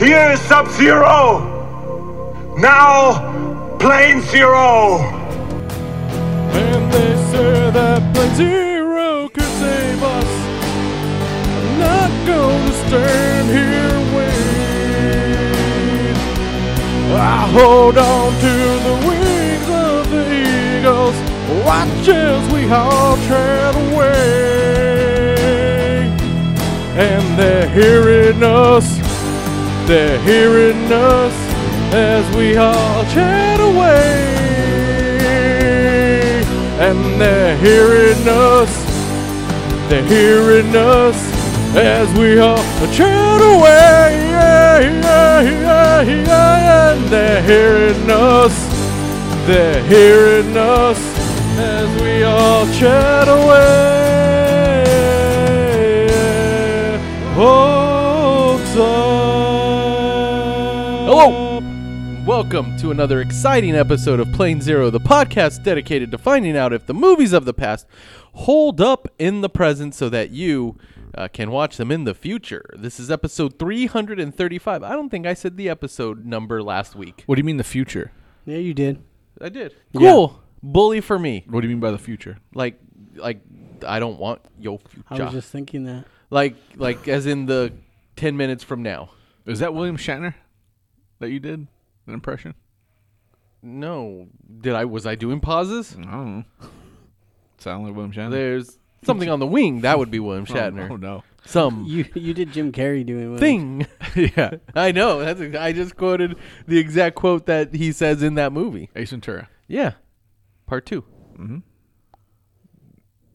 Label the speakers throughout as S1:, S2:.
S1: Years Sub Zero! Now, Plane Zero!
S2: And they say that Plan Zero could save us. I'm not gonna stand here and wait. I hold on to the wings of the eagles. Watch as we all tread away. And they're hearing us. They're hearing us as we all chat away. And they're hearing us. They're hearing us as we all chat away. Yeah, yeah, yeah, yeah. And they're hearing us. They're hearing us as we all chat away. Folks up.
S3: Hello. Welcome to another exciting episode of Plane Zero, the podcast dedicated to finding out if the movies of the past hold up in the present so that you uh, can watch them in the future. This is episode 335. I don't think I said the episode number last week.
S2: What do you mean the future?
S4: Yeah, you did.
S3: I did. Cool. Bully for me.
S2: What do you mean by the future?
S3: Like, like I don't want your future.
S4: I was just thinking that.
S3: like, like as in the 10 minutes from now.
S2: Is that William Shatner that you did an impression?
S3: No. Did I, was I doing pauses?
S2: I don't know. Sound like William Shatner?
S3: There's something on the wing. That would be William
S2: Oh,
S3: Shatner.
S2: Oh, no.
S3: Some
S4: You you did Jim Carrey doing what?
S3: thing.
S2: yeah.
S3: I know. That's ex- I just quoted the exact quote that he says in that movie.
S2: Ace Ventura.
S3: Yeah, part 2 Mm-hmm.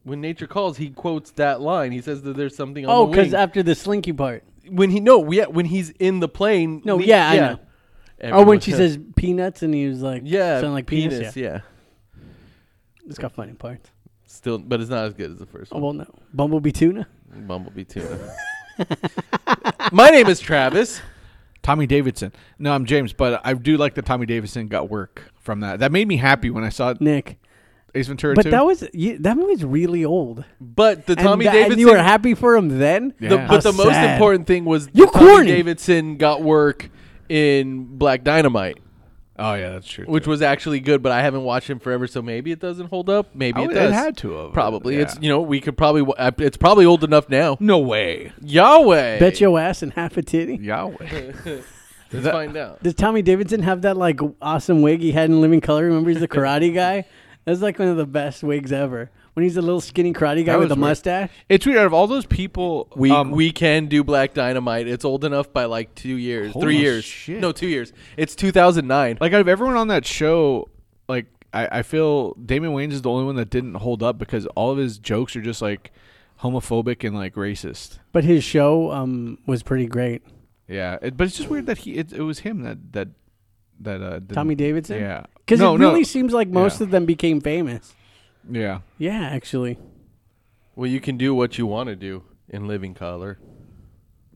S3: When nature calls, he quotes that line. He says that there's something on
S4: Oh,
S3: the wing.
S4: because after the slinky part. Oh,
S3: when he no, yeah, when he's in the plane.
S4: No,
S3: le-
S4: yeah, I know. Oh, when
S3: Everyone-
S4: she says peanuts and he was like,
S3: yeah,
S4: sound like
S3: penis,
S4: penis. yeah.
S3: yeah.
S4: It's got funny parts.
S3: still, but it's not as good as the first
S4: Oh
S3: one.
S4: well, no, bumblebee tuna.
S3: Bumblebee too. My name is Travis.
S2: Tommy Davidson. No, I'm James, but I do like that Tommy Davidson got work from that. That made me happy when I saw
S4: Nick,
S2: Ace Ventura
S4: but
S2: 2.
S4: that was you, that movie's really old.
S3: But the Tommy
S4: and, tha-
S3: Davidson.
S4: and you were happy for him then.
S2: Yeah.
S3: The,
S4: How
S3: but the most
S4: sad.
S3: important thing was
S4: You
S3: Tommy
S4: corny.
S3: Davidson got work in Black Dynamite,
S2: oh, yeah, that's true.
S3: which was actually good, but I haven't watched him forever, so maybe it doesn't hold up. Maybe
S2: I
S3: it
S2: would-
S3: does.
S2: it had to have.
S3: Probably. It's
S2: Yeah.
S3: you know we could probably wa- uh, it's probably old enough now.
S2: no way.
S3: Yahweh.
S4: Bet your ass and half a titty.
S2: Yahweh.
S3: Let's
S2: that-
S3: find out.
S4: Does Tommy Davidson have that like awesome wig he had in Living Color? Remember, he's the karate guy. That's like one of the best wigs ever. When he's a little skinny karate guy
S2: That
S4: with
S2: was
S4: a
S2: weird.
S4: mustache.
S2: it's weird. Out of all those people,
S3: We
S2: um,
S3: we can do Black Dynamite. It's old enough by like two years,
S2: Holy
S3: three years.
S2: shit.
S3: No, two years. It's 2009.
S2: like out of everyone on that show, like I, I feel Damon Wayans is the only one that didn't hold up because all of his jokes are just like homophobic and like racist.
S4: But his show um, was pretty great.
S2: Yeah, it, but it's just weird that he it, it was him that that that uh, did
S4: Tommy Davidson?
S2: Yeah,
S4: Because
S2: No,
S4: it
S2: no.
S4: really seems like most
S2: Yeah.
S4: of them became famous.
S2: yeah.
S4: Yeah, actually.
S3: well, you can do what you want to do in Living Color.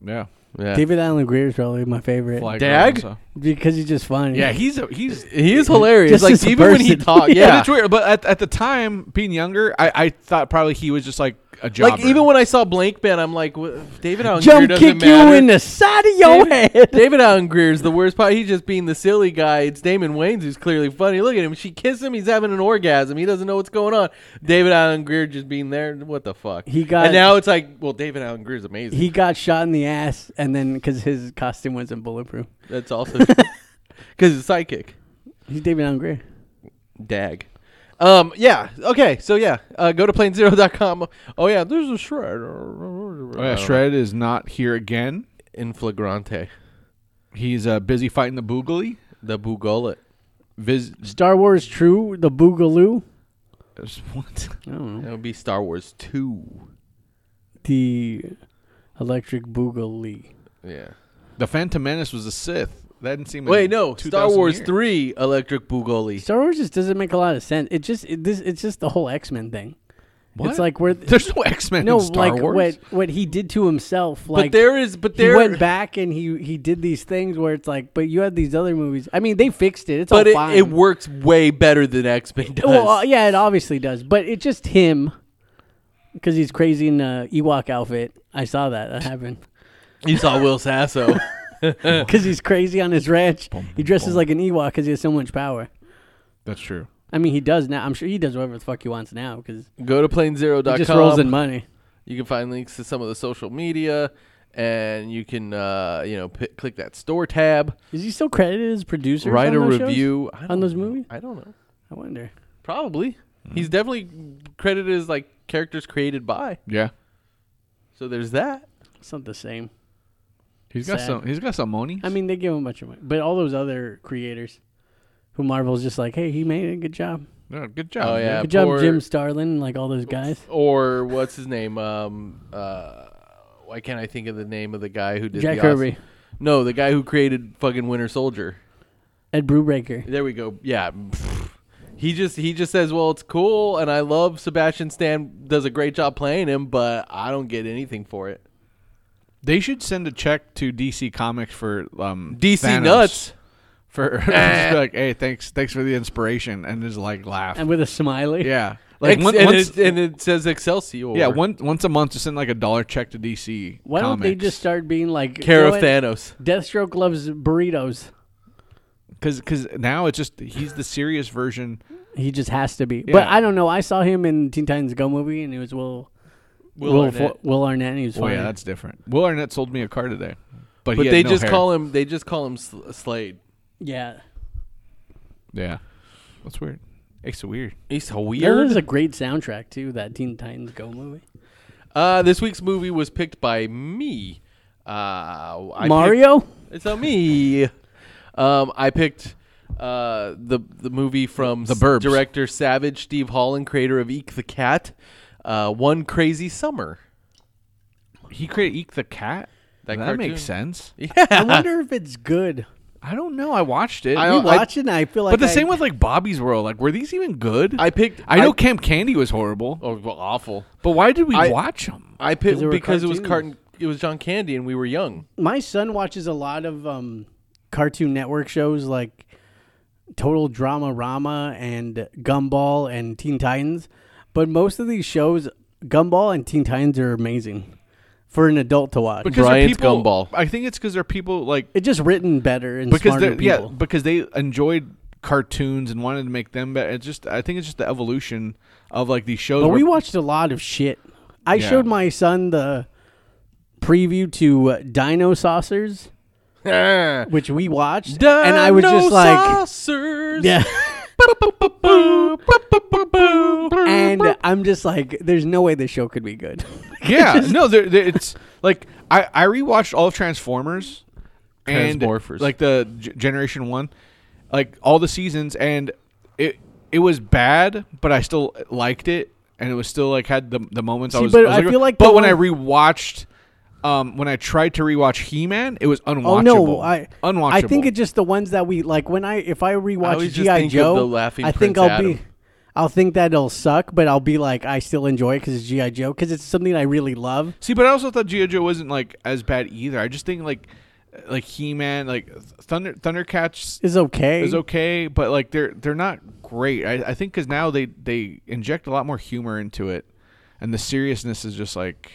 S2: Yeah,
S3: Yeah.
S4: David Allen Greer is probably my favorite
S2: Fly girl
S3: Dag?
S2: also.
S4: because he's just funny.
S2: Yeah, he's a, he's.
S3: he is hilarious.
S4: Just
S3: Like
S4: as a
S3: even when he
S4: person.
S3: talks,
S4: Yeah.
S2: But
S3: yeah.
S2: it's weird. But at, at the time, being younger, I, I thought probably he was just like a jobber.
S3: Like even when I saw Blank Man, I'm like, "Wha- David Allen Greer
S4: Jump
S3: doesn't
S4: kick
S3: matter."
S4: you in the side of your
S3: David,
S4: head.
S3: David Allen Greer's the worst part. He's just being the silly guy. It's Damon Wayans who's clearly funny. Look at him. She kissed him. He's having an orgasm. He doesn't know what's going on. David Allen Greer just being there. What the fuck?
S4: He got-
S3: And now it's like, well, David Allen Greer's amazing.
S4: He got shot in the ass, and then because his costume wasn't bulletproof.
S3: That's also because it's psychic.
S4: He's David Allen Greer.
S3: Dag. Um. Yeah. Okay. So yeah. Uh, go to planezero.com. Oh yeah. There's a shred.
S2: oh, yeah, Shred is not here again.
S3: in flagrante.
S2: He's uh, busy fighting the Boogly.
S3: The Bugolet.
S2: Viz-
S4: Star Wars True, The Boogaloo.
S2: what?
S4: I don't know.
S3: That would be Star Wars Two.
S4: The Electric Boogaloo.
S3: Yeah.
S2: The Phantom Menace was a Sith. That didn't seem.
S3: Wait,
S2: in
S3: no. Star
S2: 2000
S3: Wars
S2: years.
S3: Three Electric Boogaloo.
S4: Star Wars just doesn't make a lot of sense. It just it, this it's just the whole X Men thing.
S2: What?
S4: It's like we're
S2: There's no X Men
S4: no
S2: in Star
S4: like
S2: Wars.
S4: what what he did to himself.
S3: but
S4: Like
S3: there is, but there,
S4: he went back and he he did these things where it's like, but you had these other movies. I mean, they fixed it. It's
S3: but
S4: all
S3: it,
S4: fine.
S3: it works way better than X Men does.
S4: Well, uh, yeah, it obviously does. But it's just him because he's crazy in uh, Ewok outfit. I saw that. That happened.
S3: You saw Will Sasso.
S4: because he's crazy on his ranch. He dresses like an Ewok because he has so much power.
S2: That's true.
S4: I mean, he does now. I'm sure he does whatever the fuck he wants now because
S3: Go to planezero.com.
S4: he just rolls in money.
S3: You can find links to some of the social media, and you can uh, you know p- click that store tab,
S4: Is he still credited as producer?
S3: write
S4: on
S3: a
S4: those shows?
S3: review I don't
S4: on those
S3: know.
S4: movies.
S3: I don't know.
S4: I wonder.
S3: Probably. He's definitely credited as like characters created by.
S2: Yeah.
S3: So there's that.
S4: It's not the same.
S2: He's got
S4: Sad.
S2: some. He's got some money.
S4: I mean, they give him a bunch of money, but all those other creators, who Marvel's just like, hey, he made it. Good job.
S2: Yeah, good job.
S3: Oh,
S2: dude.
S3: yeah.
S4: Good job,
S3: poor-
S4: Jim Starlin. Like all those guys.
S3: Or what's his name? Um, uh, why can't I think of the name of the guy who did
S4: Jack
S3: the
S4: Kirby.
S3: No, the guy who created fucking Winter Soldier.
S4: Ed Brubaker.
S3: There we go. Yeah. He just he just says, "Well, it's cool and I love Sebastian Stan does a great job playing him, but I don't get anything for it."
S2: They should send a check to DC Comics for um
S3: DC
S2: Thanos Eh.
S3: nuts.
S2: for just be like, hey, thanks, thanks for the inspiration, and just like laugh.
S4: And with a smiley.
S2: yeah,
S3: Like
S2: like one-
S3: and,
S2: once,
S3: it, and it says Excelsior.
S2: yeah, one, once a month to send like a dollar check to DC.
S4: Why don't they
S2: Comics.
S4: just start being like
S3: care
S4: you
S3: of
S4: know what?
S3: Thanos.
S4: Deathstroke loves burritos.
S2: Because now it's just he's the serious version.
S4: He just has to be. But
S2: Yeah.
S4: I don't know. I saw him in Teen Titans Go movie, and it was Will Will Will Arnett. Will Arnett and he was
S2: Oh
S4: funny.
S2: yeah, that's different. Will Arnett sold me a car today, but,
S3: But
S2: he had
S3: they
S2: no
S3: just
S2: hair.
S3: call him they just call him Sl- Slade.
S4: yeah.
S2: Yeah, that's weird. It's weird.
S3: He's so
S4: That was
S3: weird.
S4: a great soundtrack too. That Teen Titans Go movie.
S3: uh, this week's movie was picked by me. Uh, I picked-
S4: Mario.
S3: it's on me. Um, I picked uh, the the movie from
S2: The Burbs.
S3: director Savage Steve Holland, creator of Eek the Cat, uh, One Crazy Summer.
S2: He created Eek the Cat.
S3: That
S2: That,
S3: cartoon.
S2: makes sense.
S4: I wonder if it's good.
S2: I don't know. I watched it.
S3: I
S4: You
S3: don't-
S4: watch it, and I feel like.
S2: but the
S4: I-
S2: same with like Bobby's World. Like, were these even good?
S3: I picked.
S2: I know Camp Candy was horrible,
S3: oh, well, awful.
S2: but why did we
S3: I-
S2: watch them?
S3: I picked
S4: they were
S3: because it was
S4: cartoons.
S3: carton. It was John Candy, and we were young.
S4: my son watches a lot of um, Cartoon Network shows like Total Drama Rama and Gumball and Teen Titans, but most of these shows, Gumball and Teen Titans, are amazing for an adult to watch.
S2: Because they're
S3: Brian's
S2: people,
S3: Gumball.
S2: I think it's because they're people like
S4: it's just written better and
S2: because
S4: smarter
S2: they
S4: people.
S2: yeah because they enjoyed cartoons and wanted to make them better. It's just I think it's just the evolution of like these shows.
S4: But we
S2: where-
S4: watched a lot of shit. I
S2: Yeah.
S4: showed my son the preview to uh, Dino Saucers, which we watched, and I was just like,
S3: Saucers.
S4: yeah.
S3: Boo, boo, boo, boo, boo, boo.
S4: And I'm just like, there's no way this show could be good.
S2: yeah no they're, they're- it's like I I rewatched all of Transformers, and
S3: Transmorphers.
S2: like the G- Generation One, like all the seasons, and it it was bad, but I still liked it, and it was still like had the the moments I
S4: See,
S2: was.
S4: but
S2: was
S4: I feel like the
S2: but when I
S4: one-
S2: rewatched. Um, when I tried to rewatch He Man, it was unwatchable.
S4: Oh no, I
S2: unwatchable.
S4: I think it's just the ones that we like. When I if I
S3: I
S4: rewatch
S3: always just
S4: GI
S3: think of
S4: Joe,
S3: the Laughing
S4: I think
S3: Prince
S4: I'll be,
S3: Adam.
S4: I'll think that it'll suck, but I'll be like, I still enjoy it because it's GI Joe because it's something I really love.
S2: See, but I also thought G.I. Joe wasn't like as bad either. I just think like like He Man, like Thunder Thundercats
S4: It's okay.
S2: is okay, but like they're they're not great. I, I think because now they they inject a lot more humor into it, and the seriousness is just like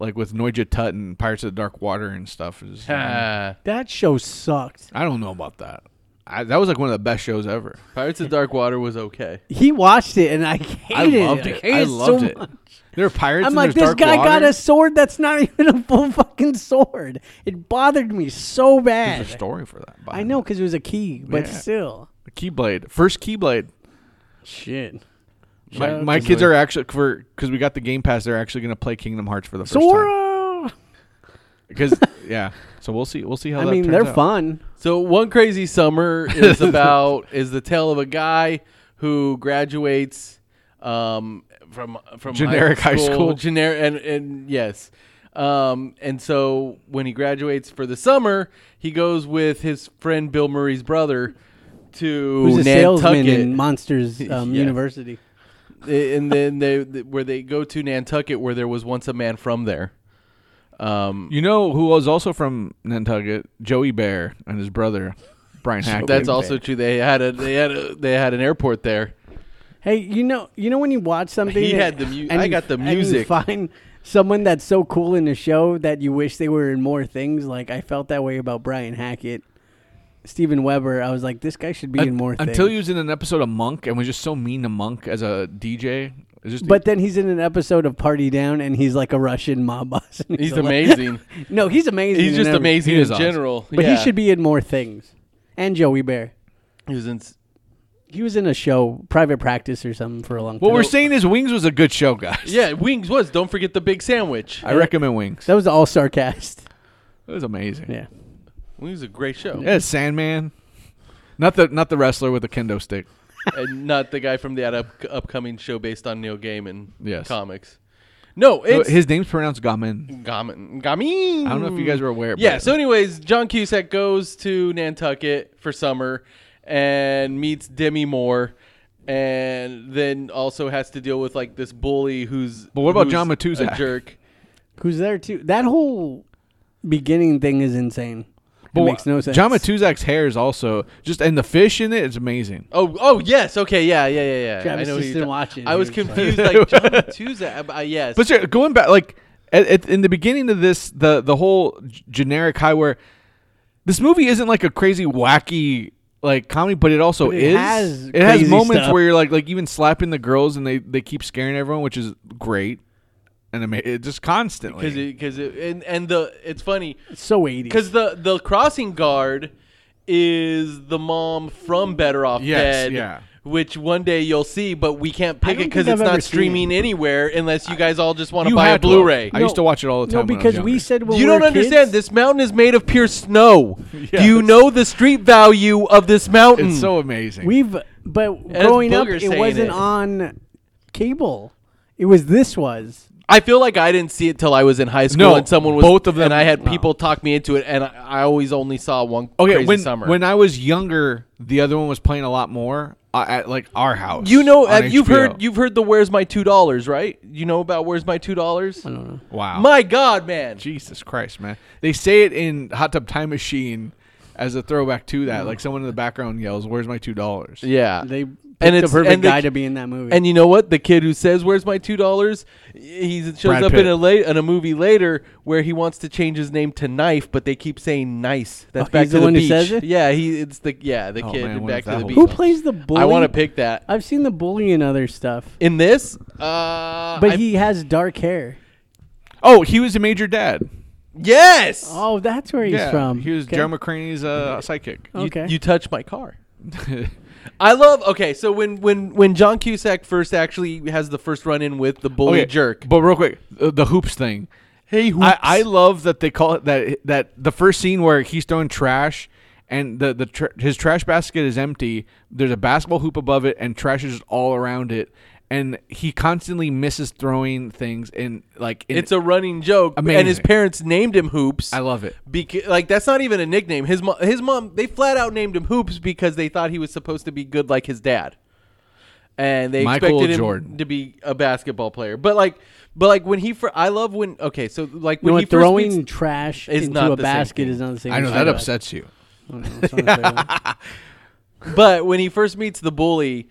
S2: like with Noja Tut and Pirates of the Dark Water and stuff. Is, I
S3: Ah.
S4: That show sucked.
S2: don't know about that. I, that was like one of the best shows ever.
S3: Pirates of Dark Water was okay.
S4: He watched it and I
S2: I
S4: hated
S2: loved it.
S4: hated
S2: I loved
S4: so
S2: it.
S4: much.
S2: There are pirates.
S4: I'm
S2: and
S4: like,
S2: there's
S4: this
S2: dark
S4: guy got
S2: water.
S4: a sword that's not even a full fucking sword. It bothered me so bad.
S2: There's a story for that.
S4: I
S2: behind
S4: know
S2: it.
S4: because it was a key, but
S2: Yeah.
S4: still.
S2: Keyblade, first Keyblade.
S4: Shit. Shout
S2: My,
S4: out
S2: my
S4: to
S2: kids are actually for because we got the Game Pass. They're actually going to play Kingdom Hearts for the first time.
S4: Sora.
S2: Because yeah, so we'll see. We'll see how.
S4: I
S2: that
S4: mean,
S2: turns
S4: they're
S2: out.
S4: fun.
S3: So one crazy summer is about is the tale of a guy who graduates um, from from
S2: Generic high school.
S3: generic and and yes. Um, and so when he graduates for the summer, he goes with his friend Bill Murray's brother to
S4: Who's a salesman
S3: Nantucket.
S4: in Monsters um,
S3: Yeah.
S4: University?
S3: and then they where they go to Nantucket where there was once a man from there. Um,
S2: You know who was also from Nantucket? Joey Bear and his brother Brian Hackett.
S3: that's also true. They had a they had a, they had an airport there.
S4: Hey, you know, you know when you watch something,
S3: He had
S4: and-
S3: the mu-
S4: and
S3: I
S4: you-
S3: got the
S4: and you
S3: music.
S4: find someone that's so cool in the show that you wish they were in more things. Like I felt that way about Brian Hackett, Steven Weber. I was like, this guy should be in more things.
S2: Until he was in an episode of Monk and was just so mean to Monk as a DJ. It's Just
S4: but then he's in an episode of Party Down, and he's like a Russian mob boss. and
S3: He's
S4: a-
S3: amazing.
S4: no, he's amazing.
S3: He's
S4: in
S3: just
S4: every-
S3: amazing
S2: He
S3: in
S2: is awesome.
S3: general.
S4: But
S3: yeah.
S4: he should be in more things. And Joey Bear,
S3: He was in. s-
S4: he was in a show, Private Practice or something, for a long time.
S2: what we're saying is Wings was a good show, guys.
S3: Yeah, Wings was. Don't forget the big sandwich.
S2: I recommend Wings.
S4: that was all sarcast.
S2: It was amazing.
S4: Yeah.
S3: Wings was a great show.
S2: Yeah, Sandman. Not the not the wrestler with the kendo stick.
S3: and not the guy from that up- upcoming show based on Neil Gaiman
S2: Yes.
S3: comics. No,
S2: No,
S3: it's
S2: His name's pronounced Gamin.
S3: Gaiman. Gaiman.
S2: I don't know if you guys were aware.
S3: Yeah.
S2: but-
S3: So, anyways, John Cusack goes to Nantucket for summer and meets Demi Moore, and then also has to deal with like this bully who's.
S2: But what about
S3: who's
S2: John Matuzak?
S3: A jerk.
S4: Who's there too? That whole beginning thing is insane. it makes no sense.
S2: John Matuzak's hair is also just and the fish in it is amazing.
S3: Oh, oh yes, okay, yeah, yeah, yeah, yeah.
S4: Travis
S3: I know who
S4: just
S3: you're
S4: didn't
S3: ta-
S4: watch it.
S3: I
S4: He
S3: was
S4: was like-
S3: confused, like John Matuzak. Uh, yes,
S2: But sir, going back, like at, at, in the beginning of this, the the whole g- generic high where this movie isn't like a crazy wacky like comedy, but it also
S4: But it
S2: is.
S4: has
S2: it has
S4: crazy
S2: moments
S4: stuff.
S2: where you're like like even slapping the girls and they they keep scaring everyone, which is great and ama- it just constantly.
S3: because because it, and and the it's funny
S4: It's so 80s.
S3: Because the the crossing guard is the mom
S4: Mm,
S3: from Better Off
S2: Yes,
S3: Dead.
S2: yeah.
S3: Which one day you'll see, but we can't pick it
S4: don't
S3: because
S4: think
S3: it's
S4: I've ever
S3: not
S4: seen
S3: streaming anywhere unless you guys all just want to
S2: You
S3: buy a
S2: have to.
S3: Blu-ray.
S2: I used to watch it all the
S4: No,
S2: time when I was
S4: because we
S2: younger.
S4: said when
S3: you
S4: we were
S3: don't understand.
S4: kids-
S3: This mountain is made of pure snow. Do you
S2: Yes.
S3: know the street value of this mountain?
S2: it's so amazing.
S4: We've but growing up,
S3: Booger
S4: it
S3: saying
S4: wasn't
S3: it.
S4: on cable. It was this was.
S3: I feel like I didn't see it till I was in high school,
S2: No,
S3: and someone was
S2: both of them-
S3: and I had people talk me into it, and I, I always only saw one.
S2: okay
S3: crazy
S2: when
S3: summer.
S2: when I was younger, the other one was playing a lot more uh, at like our house.
S3: you know,
S2: on
S3: uh, you've
S2: HBO.
S3: heard you've heard the "Where's My Two Dollars," right? You know about "Where's My Two Dollars"? I don't know.
S2: wow.
S3: My God, man.
S2: Jesus Christ, man. They say it in Hot Tub Time Machine as a throwback to that. Like someone in the background yells, Where's my two dollars?
S3: Yeah.
S4: They picked
S3: and
S4: the
S3: it's
S4: perfect
S3: and the-
S4: guy to be in that movie.
S3: And you know what? The kid who says, "Where's my two dollars?" He shows
S2: Brad
S3: up
S2: Pitt.
S3: in a late in a movie later where he wants to change his name to Knife, but they keep saying Nice. That's
S4: Oh,
S3: back
S4: he's
S3: to
S4: the one who
S3: beach.
S4: says it?
S3: Yeah, he it's the yeah the
S2: Oh,
S3: kid
S2: man,
S3: in
S2: what
S3: Back
S2: if
S3: to the
S2: that
S3: Beach.
S4: Who
S2: holds up?
S4: plays the bully?
S3: I want to pick that
S4: I've seen the bully in other stuff,
S3: in this. Uh,
S4: but
S3: I-
S4: he has dark hair.
S2: Oh, he was a major dad.
S3: yes.
S4: Oh, that's where he's
S2: yeah,
S4: from.
S2: He was
S4: Okay.
S2: Joe McCraney's uh, sidekick.
S3: You-
S4: Okay.
S3: you touch my car. I love okay. So when when when John Cusack first actually has the first run in with the bully
S2: Okay,
S3: jerk,
S2: But real quick, uh, the hoops thing.
S3: hey,
S2: I, I love that they call it that that the first scene where he's throwing trash and the the tr- his trash basket is empty. There's a basketball hoop above it and trash is just all around it. And he constantly misses throwing things and like in,
S3: it's a running joke. And his
S2: Amazing.
S3: parents named him Hoops.
S2: I love it.
S3: Because like that's not even a nickname. His mom, his mom, they flat out named him Hoops because they thought he was supposed to be good like his dad, and they
S2: Michael
S3: expected him
S2: Jordan.
S3: to be a basketball player. But like, but like when he, fir- I love when okay, so like when he
S4: You know what,
S3: first
S4: throwing
S3: meets-
S4: trash
S3: is
S4: into
S3: not
S4: a
S3: the same
S4: basket
S3: thing.
S4: is not the same.
S2: I know
S4: as
S2: that
S4: trash.
S2: upsets you.
S4: I don't know, that's what I'm saying.
S3: but when he first meets the bully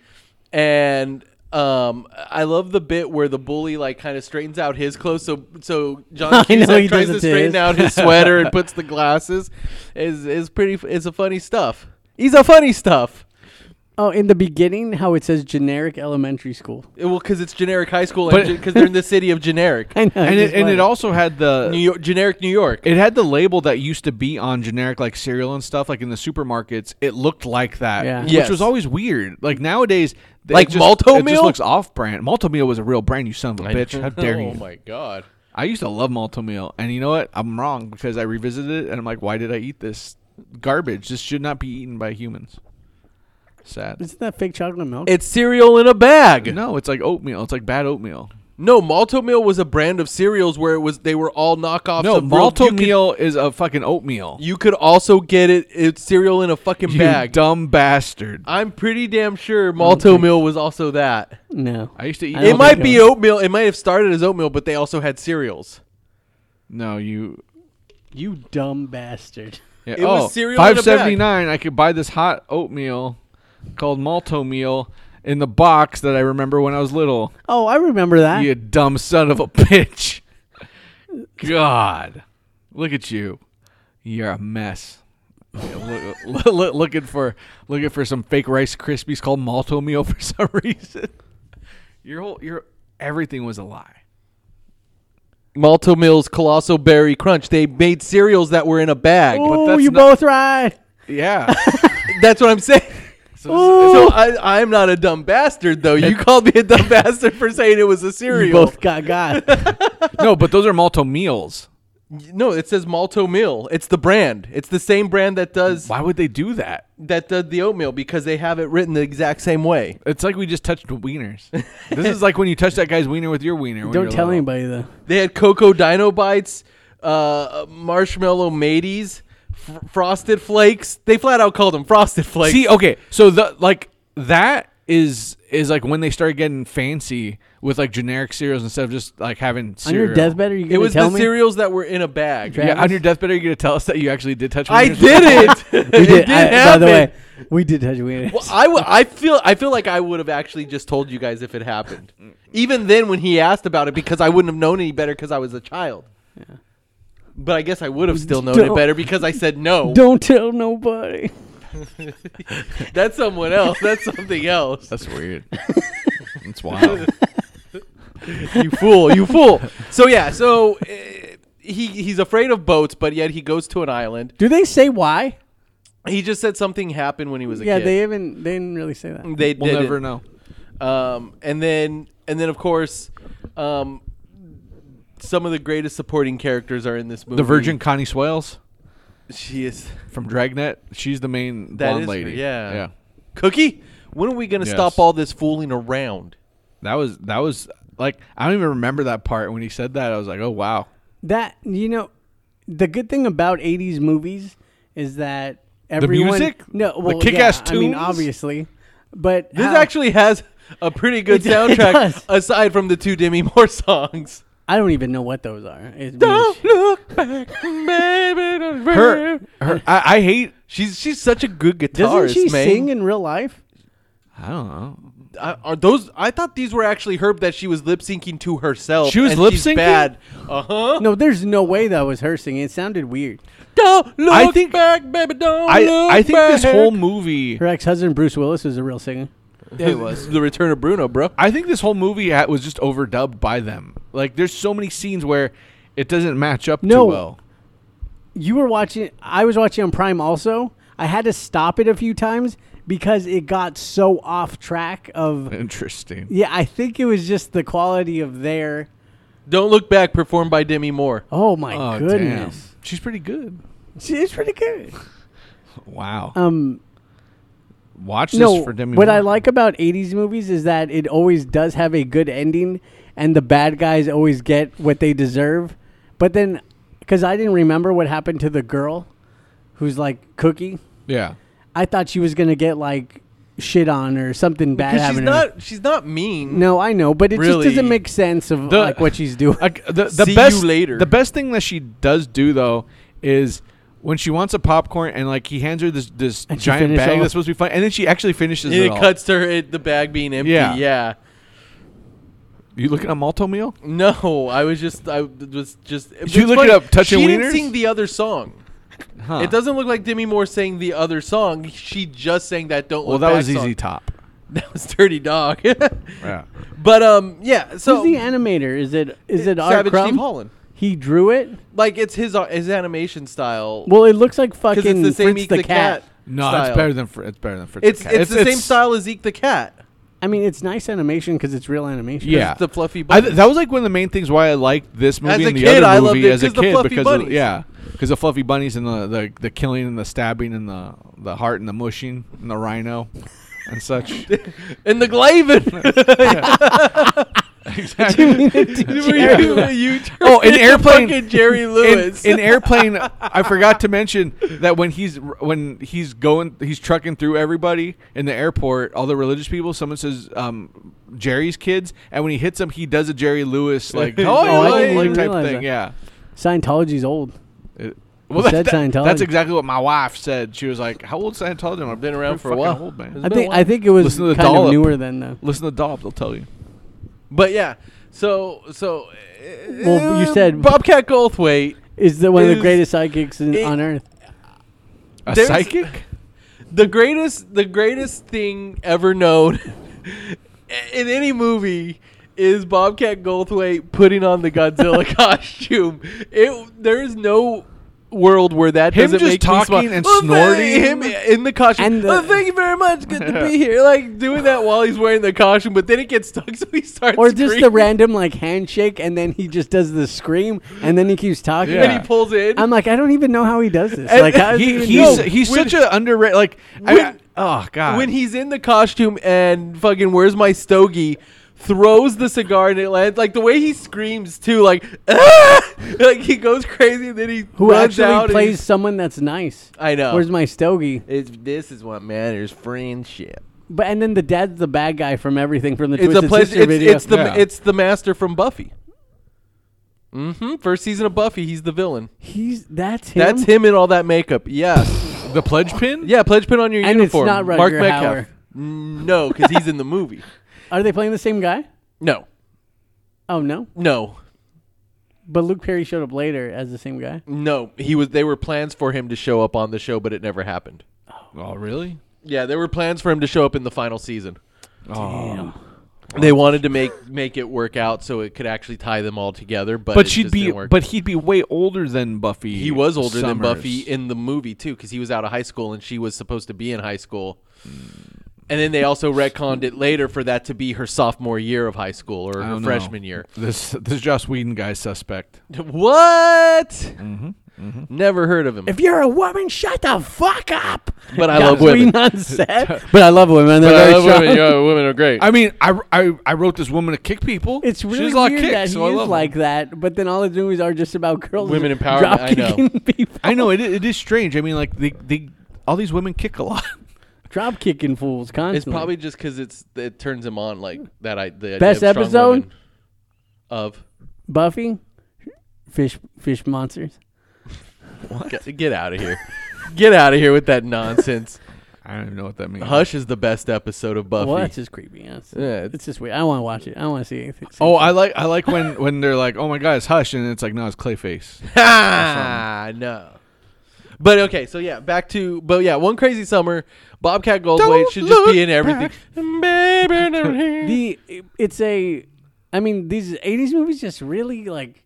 S3: and um I love the bit where the bully like kind of straightens out his clothes so so John
S4: I know
S3: Cusack
S4: he
S3: tries
S4: does
S3: to
S4: it to
S3: straighten
S4: his.
S3: out his sweater and puts the glasses is is pretty f- is a funny stuff. He's a funny stuff.
S4: oh, in the beginning, how it says generic elementary school.
S3: It- well cuz it's generic high school
S2: But-
S3: cuz they're in the city of generic.
S4: I know. I
S2: And it,
S4: just
S2: and
S4: love
S2: it also had the
S3: New York generic New York.
S2: it had the label that used to be on generic like cereal and stuff like in the supermarkets. It looked like that,
S4: Yeah.
S2: which
S3: Yes.
S2: was always weird. Like nowadays, th-
S3: Like
S2: it just,
S3: Malto
S2: it
S3: Meal?
S2: just looks off brand. Malto meal was a real brand. You son of a bitch! How dare you?
S3: Oh my god.
S2: I used to love Malto meal, and you know what? I'm wrong because I revisited it, and I'm like, why did I eat this garbage? This should not be eaten by humans. Sad.
S4: Isn't that fake chocolate milk?
S3: It's cereal in a bag.
S2: No, it's like oatmeal. It's like bad oatmeal.
S3: No, Malto Meal was a brand of cereals where it was they were all knockoffs
S2: No,
S3: of real- you
S2: Malto
S3: could-
S2: meal is a fucking oatmeal.
S3: You could also get it it's cereal in a fucking
S2: You
S3: bag.
S2: dumb bastard.
S3: I'm pretty damn
S4: Oh,
S3: sure Malto Meal was also that.
S4: no.
S2: I used to eat.
S4: I
S3: It
S4: don't
S3: might
S4: think
S3: be
S4: it
S3: oatmeal. It might have started as oatmeal, but they also had cereals.
S2: No, you.
S4: You dumb bastard.
S2: Yeah. Oh,
S3: It was cereal in a bag.
S2: Five seventy nine. I could buy this hot oatmeal called Malto meal in the box that I remember when I was little.
S4: Oh, I remember that.
S2: You dumb son of a bitch. God, look at you. You're a mess. Look- look- looking for looking for some fake Rice Krispies called Malto Meal for some reason. Your whole your everything was a lie.
S3: Malto Mills Colossal Berry Crunch. They made cereals that were in a bag.
S4: Oh,
S2: that's
S4: you
S2: not-
S4: both right.
S2: Yeah.
S3: That's what I'm saying.
S2: So this-
S3: So I, I'm not a dumb bastard, though. You called me a dumb bastard for saying it was a
S4: You
S3: cereal.
S4: both got got.
S2: no, but those are Malto meals.
S3: No, it says Malto Mill. It's the brand. It's the same brand that does
S2: Why would they do that?
S3: that does the oatmeal because they have it written the exact same way.
S2: It's like we just touched wieners. this is like when you touch that guy's wiener with your wiener. when
S4: Don't
S2: you're
S4: tell
S2: little.
S4: anybody though.
S3: They had Cocoa Dino Bites, uh, Marshmallow Mateys, fr- Frosted Flakes. They flat out called them Frosted Flakes.
S2: See, okay, so the like that is is like when they started getting fancy with like generic cereals instead of just like having
S4: On
S2: cereal.
S4: your deathbed, are you gonna
S3: it was
S4: tell
S3: the
S4: me?
S3: cereals that were in a bag.
S4: Trash.
S2: Yeah, on your deathbed, are you gonna tell us that you actually did touch?
S3: I
S2: wieners?
S3: did it. it
S4: We did.
S3: did
S4: I, by the way,
S3: happen.
S4: we did touch wieners.
S3: Well, I, w- I feel I feel like I would have actually just told you guys if it happened. Even then, when he asked about it, because I wouldn't have known any better because I was a child. But I guess I would have still known it
S4: Don't-
S3: better because I said no.
S4: Don't tell nobody.
S3: That's someone else. That's something else.
S2: That's weird. That's wild.
S3: you fool! You fool! So yeah, so uh, he he's afraid of boats, but yet he goes to an island.
S4: Do they say why?
S3: He just said something happened when he was a
S4: Yeah, they
S3: kid.
S4: even they didn't really say that.
S3: they
S2: We'll
S3: didn't.
S2: never know.
S3: Um, and then and then of course, um, some of the greatest supporting characters are in this movie.
S2: The Virgin Connie Swales
S3: she is
S2: from Dragnet. She's the main
S3: That
S2: blonde
S3: is her,
S2: lady.
S3: yeah.
S2: yeah.
S3: Cookie. When are we gonna
S2: Yes.
S3: stop all this fooling around?
S2: That was that was like I don't even remember that part when he said that. I was like, oh wow.
S4: That you know, the good thing about '80s movies is that everyone
S2: music?
S4: no,
S2: The
S4: well,
S2: kick-ass
S4: yeah, I mean,
S2: tunes?
S4: obviously, but
S3: This
S4: how-
S3: actually has a pretty good
S4: It- it
S3: soundtrack
S4: does.
S3: aside from the two Demi Moore songs.
S4: I don't even know what those are. It's
S3: Don't
S4: really sh-
S3: look back, baby.
S2: Her,
S3: don't worry.
S2: her. I, I hate.
S3: She's she's such a good guitarist,
S4: doesn't she
S3: man.
S4: sing in real life?
S2: I don't know.
S3: I, are those? I thought these were actually herb that she was lip syncing to herself.
S2: She was
S3: and
S2: lip-syncing?
S3: She's bad. Uh huh.
S4: No, there's no way that was her singing. It sounded weird.
S3: Don't look
S2: I think-
S3: back, baby. Don't
S2: I
S3: look
S2: I think this
S3: back.
S2: whole movie.
S4: Her ex-husband Bruce Willis is a real singer.
S3: Yeah, it was the return of Bruno, bro.
S2: I think this whole movie ha- was just overdubbed by them. Like, there's so many scenes where it doesn't match up
S4: No.
S2: too well.
S4: You were watching. I was watching on Prime also. I had to stop it a few times because it got so off track of.
S2: Interesting.
S4: Yeah, I think it was just the quality of their.
S3: Don't look back, performed by Demi Moore.
S4: Oh my
S2: Oh
S4: goodness,
S2: damn, she's pretty good.
S4: she is pretty good.
S2: Wow.
S4: Um,
S2: Watch this
S4: no,
S2: for Demi.
S4: what
S2: Moore.
S4: I like about '80s movies is that it always does have a good ending, and the bad guys always get what they deserve. But then, because I didn't remember what happened to the girl, who's like Cookie,
S2: Yeah.
S4: I thought she was gonna get like shit on or something bad
S3: Because she's
S4: happened. to her.
S3: not. She's not mean.
S4: No, I know, but it
S3: Really.
S4: just doesn't make sense of
S2: The-
S4: like what she's doing.
S2: Like, the the
S3: See you
S2: best
S3: later.
S2: The best thing that she does do though is when she wants a popcorn and like he hands her this this
S4: And she
S2: giant
S4: finishes
S2: bag
S4: all-
S2: that's supposed to be fun, and then she actually finishes
S3: And
S2: it.
S3: it
S2: all.
S3: cuts to her it, the bag being empty.
S2: Yeah.
S3: yeah.
S2: You looking at Malto meal?
S3: No, I was just I was just.
S2: Did you
S3: it's
S2: look it up, touching
S3: She
S2: wieners?
S3: didn't sing the other song.
S2: Huh.
S3: It doesn't look like Demi Moore sang the other song. She just sang that "Don't
S2: Well,
S3: Look
S2: that
S3: Back"
S2: was
S3: song.
S2: easy top.
S3: That was "Dirty Dog."
S2: Yeah.
S3: but um, yeah. So
S4: Who's the animator? Is it is it Art
S3: Savage
S4: Crumb?
S3: Steve Holland.
S4: He drew it.
S3: Like it's his uh, his animation style.
S4: Well, it looks like fucking
S3: because it's the same
S4: Fritz
S3: Eek
S4: the,
S3: the, cat.
S2: No,
S3: style.
S2: it's better than Fr- it's better than Fritz.
S3: It's
S2: the
S3: it's,
S2: Cat.
S3: the same style as Eek the cat.
S4: I mean, it's nice animation because it's real animation.
S2: Yeah.
S3: It's the fluffy.
S2: I,
S3: Bunny.
S2: th- that was like one of the main things why I liked this movie
S3: As a
S2: and the
S3: kid,
S2: other
S3: I loved
S2: movie
S3: it
S2: as a
S3: 'cause the
S2: kid
S3: fluffy
S2: because Of,
S3: bunnies.
S2: yeah, because the fluffy bunnies and the, the the killing and the stabbing and the the heart and the mushing and the rhino and such.
S3: and the Glaven.
S2: exactly.
S3: you, you turned
S2: Oh, in
S3: into
S2: Airplane-
S3: fucking Jerry
S2: In,
S3: Lewis.
S2: in airplane, I forgot to mention that when he's when he's going, he's trucking through everybody in the airport, all the religious people. Someone says um, Jerry's kids, and when he hits them, he does a Jerry Lewis like oh,
S3: Oh, I
S2: like,
S3: didn't
S2: like
S4: even
S2: type
S4: realize
S2: thing.
S4: that.
S2: Yeah.
S4: Scientology's old.
S2: It- well,
S4: said
S2: that's
S4: Scientology.
S2: exactly what my wife said. She was like, "How old is Scientology?" I've
S3: Been around for a while.
S2: Old, man.
S4: I
S3: been a
S4: think
S3: while.
S4: I think it was
S2: Listen to the
S4: kind of
S2: dollop.
S4: newer than though.
S2: Listen to Dobbs; they'll tell you.
S3: But yeah, So so.
S4: Well, you
S3: uh,
S4: said-
S3: Bobcat Goldthwait.
S4: Is the one of
S3: Is-
S4: the greatest sidekicks in,
S3: it-
S4: on earth?
S2: A
S3: There's-
S2: psychic?
S3: the greatest the greatest thing ever known in any movie is Bobcat Goldthwait putting on the Godzilla costume. It there is no world where that
S2: Him
S3: doesn't
S2: just
S3: make me smile.
S2: talking and
S3: Well, thank-
S2: snorting.
S3: him in the costume.
S4: And the-
S3: "Oh, thank you very much. Good to be here. Like doing that while he's wearing the costume, but then it gets stuck, so he starts.
S4: Or just the
S3: screaming,
S4: random like handshake, and then he just does the scream, and then he keeps talking.
S2: Yeah.
S3: and he pulls in.
S4: I'm like, I don't even know how he does this.
S3: And
S4: Like, how does
S2: He,
S4: even
S2: he's
S4: know?
S2: he's
S3: when-
S2: such an underrated. Like, I-
S3: when-
S2: oh god,
S4: Ah.
S3: when he's in the costume and fucking where's my stogie throws the cigar and it lands like the way he screams too like "Ah!" like he goes crazy and then he
S4: who
S3: runs out
S4: actually
S3: and
S4: plays
S3: he's-
S4: someone that's nice.
S3: I know
S4: Where's my stogie?
S3: it's, this is what matters friendship
S4: But and then the dad's the bad guy from everything from the
S3: it's
S4: Twisted
S3: a place
S4: Sister
S3: it's,
S4: video.
S3: it's the
S2: Yeah.
S3: it's the master from Buffy mm-hmm first season of Buffy he's the villain
S4: he's that's him.
S3: that's him in all that makeup yes
S2: the pledge pin?
S3: yeah pledge pin on your
S4: And it's
S3: uniform
S4: not
S3: Mark
S4: Rutger
S3: Metcalf
S4: Hauer.
S3: no because he's in the movie
S4: Are they playing the same guy?
S3: no
S4: Oh no!
S3: no
S4: But Luke Perry showed up later as the same guy.
S3: No, he was. They were plans for him to show up on the show, but it never happened.
S2: Oh really?
S3: Yeah, there were plans for him to show up in the final season.
S2: Oh.
S3: They wanted to make make it work out so it could actually tie them all together, but
S2: But
S3: it
S2: she'd
S3: just
S2: be,
S3: didn't work.
S2: but he'd be way older than Buffy.
S3: he was older than
S2: Summers.
S3: Buffy in the movie too, because he was out of high school and she was supposed to be in high school. And then they also retconned it later for that to be her sophomore year of high school or
S2: I
S3: her
S2: don't know.
S3: freshman year.
S2: This this Joss Whedon guy's suspect.
S3: What?
S2: Mm-hmm,
S3: Never heard of him.
S4: If you're a woman, shut the fuck up.
S3: But I
S4: Got
S3: love women.
S4: Queen on set. but I love women. They're
S3: But
S4: very strong.
S3: Yeah, women are great.
S2: I mean, I, I, I wrote this woman to kick people.
S4: It's
S2: she
S4: really
S2: has a lot of
S4: weird
S2: kicks,
S4: that he
S2: so I
S4: is
S2: love her.
S4: like that. But then all his movies are just about girls.
S3: Women empowerment,
S4: drop
S3: I know.
S4: kicking people,
S2: I know it, it is strange. I mean, like they, they all these women kick a lot.
S4: drop kicking fools constantly.
S3: It's probably just because it's it turns him on like that. I the idea
S4: Best
S3: of strong
S4: episode?
S3: women. of
S4: Buffy, fish, fish monsters.
S3: get, get out of here, get out of here with that nonsense.
S2: I don't even know what that means.
S3: Hush is the best episode of Buffy.
S4: Well, that's just creepy. Yeah, it's,
S3: Yeah, it's-
S4: it's just weird. I want to watch it. I want to see anything.
S2: Oh, I like I like when when they're like, oh my god, it's Hush, and it's like, no, it's Clayface.
S3: Ah, no. But okay, so yeah, back to but yeah, one crazy summer. Bobcat Goldthwait
S2: Don't
S3: should just
S2: look
S3: be in everything. Baby, don't hear-
S4: the it's a i mean these 80s movies just really like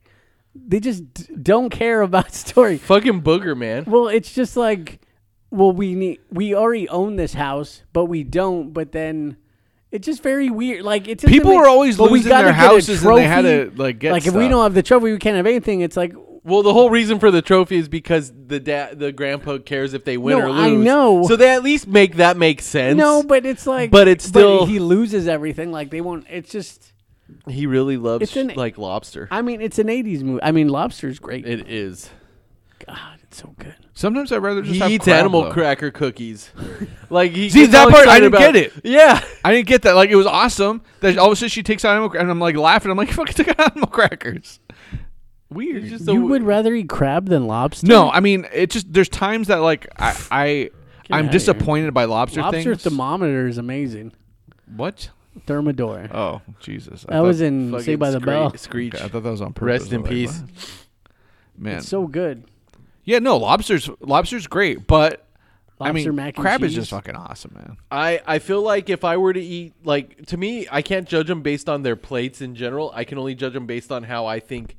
S4: they just d- don't care about story
S3: Fucking booger man.
S4: well it's just like well we need we already own this house but we don't but then it's just very weird like it's
S2: People were always losing their houses and they had to, like, get
S4: like if we
S2: stuff.
S4: don't have the trophy we can't have anything it's like
S3: Well, the whole reason for the trophy is because the dad, the grandpa cares if they win
S4: No,
S3: or
S4: I
S3: lose.
S4: know.
S3: So they at least make that make sense.
S4: no but it's like
S3: But it's still-
S4: he loses everything like they won't it's just
S3: He really loves
S4: It's an-
S3: sh- like lobster.
S4: i mean it's an 80s movie i mean lobster's great
S3: it is.
S4: god it's so good
S2: Sometimes I'd rather just
S3: He
S2: have
S3: eats
S2: crab,
S3: animal
S2: though.
S3: cracker cookies. like he
S2: See,
S3: gets
S2: that
S3: all
S2: part I
S3: excited
S2: didn't
S3: about-
S2: get it.
S3: Yeah,
S2: I didn't get that. Like it was awesome. That all of a sudden she takes out animal, cra- and I'm like laughing. I'm like, you fucking took out animal crackers. Weird.
S3: It's just
S4: you
S3: a-
S4: would rather eat crab than lobster
S2: no, I mean, it just there's times that like I, I
S4: outta
S2: I'm
S4: here.
S2: disappointed by lobster,
S4: Lobster
S2: things.
S4: thermometer is amazing.
S2: what?
S4: Thermidor.
S2: Oh Jesus! I
S4: that was
S2: thought-
S4: in
S3: fucking
S4: Saved by the
S3: scree-
S4: Bell.
S3: Screech.
S2: Okay, I thought that was on purpose.
S3: Rest
S2: I
S3: in
S2: was like,
S3: peace.
S2: what? Man,
S4: It's so good.
S2: yeah, no, lobsters, lobsters, great, but I
S4: Lobster
S2: mean,
S4: mac and
S2: crab is
S4: cheese.
S2: just fucking awesome, man.
S3: I I feel like if I were to eat like to me, I can't judge them based on their plates in general. I can only judge them based on how I think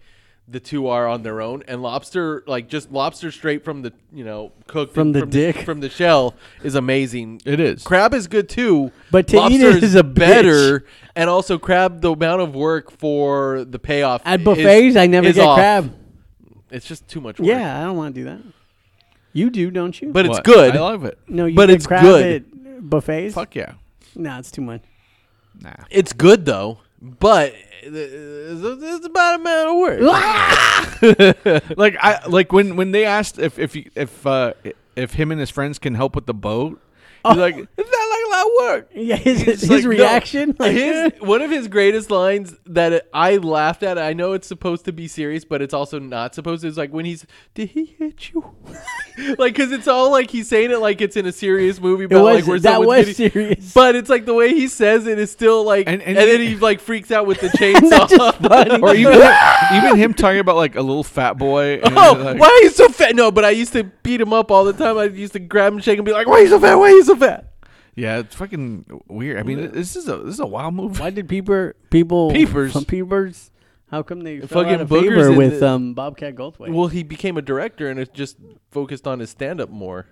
S3: the two are on their own. And lobster, like just lobster straight from the you know cooked
S4: From
S3: and
S4: the dick.
S3: from the shell, is amazing.
S2: It is.
S3: Crab is good too,
S4: But to eat
S3: lobster
S4: it is a bitch.
S3: better. And also, crab the amount of work for the payoff
S4: At
S3: is-
S4: buffets, I never
S3: is
S4: get
S3: off.
S4: crab.
S3: It's just too much work.
S4: Yeah, I don't want to do that. You do, don't you?
S3: but it's
S2: What?
S3: good.
S2: I love it.
S4: no, you
S3: but
S4: get
S3: it's
S4: crab
S3: good.
S4: at buffets.
S2: Fuck yeah.
S4: Nah, it's too much.
S2: Nah.
S3: It's good though, but it's about amount of work.
S2: like I like when when they asked if if he- if uh, if him and his friends can help with the boat, He's like, "Is that like a lot of work?"
S4: Yeah, his,
S3: He's
S4: his
S3: like, no.
S4: reaction. like,
S3: his one of his greatest lines that I laughed at. I know it's supposed to be serious, but it's also not supposed to. Is like when he's, "Did he hit you?" like because it's all like he's saying it like it's in a serious movie, but
S4: was-
S3: like where
S4: that
S3: someone's
S4: was
S3: getting-
S4: serious.
S3: But it's like the way he says it is still like, and,
S2: And- and
S3: then
S2: he-
S3: he like freaks out with the
S4: that's just
S3: chainsaw.
S4: funny.
S2: Or even even him talking about like a little fat boy. And
S3: Oh,
S2: like,
S3: why are you so fat? No, but I used to beat him up all the time. I used to grab him, shake him, and be like, "Why are you so fat? Why are you so fat?"
S2: Yeah, it's fucking weird. I mean, this is a this is a wild movie.
S4: Why did peeper people
S2: Peepers.
S4: from peepers? How come they fell
S3: fucking
S4: out of
S3: boogers
S4: favor
S3: in
S4: with
S3: the-
S4: um, Bobcat Goldthwait?
S3: Well, he became a director and it just focused on his stand up more.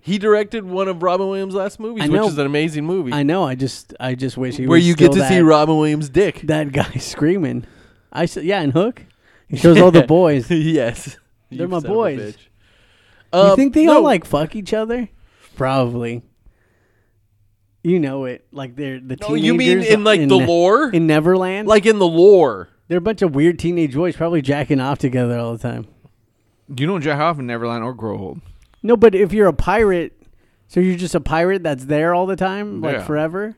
S3: He directed one of Robin Williams' last movies,
S4: I
S3: which
S4: know.
S3: is an amazing movie.
S4: I know. I just I just wish he
S3: where
S4: was
S3: you get
S4: still
S3: to
S4: that,
S3: see Robin Williams' dick.
S4: that guy screaming. I s- yeah, and Hook. He shows all the boys.
S3: yes.
S4: They're
S3: You
S4: my
S3: son of a
S4: boys.
S3: bitch.
S4: you
S3: Um,
S4: think they
S3: no,
S4: all like fuck each other? Probably. You know it. Like they're the
S3: No,
S4: teenagers.
S3: you mean in like the lore?
S4: in Neverland?
S3: like in the lore.
S4: they're a bunch of weird teenage boys, probably jacking off together all the time.
S2: You don't jack off in Neverland or Grohold.
S4: No, but if you're a pirate, so you're just a pirate that's there all the time, like
S2: Yeah.
S4: forever.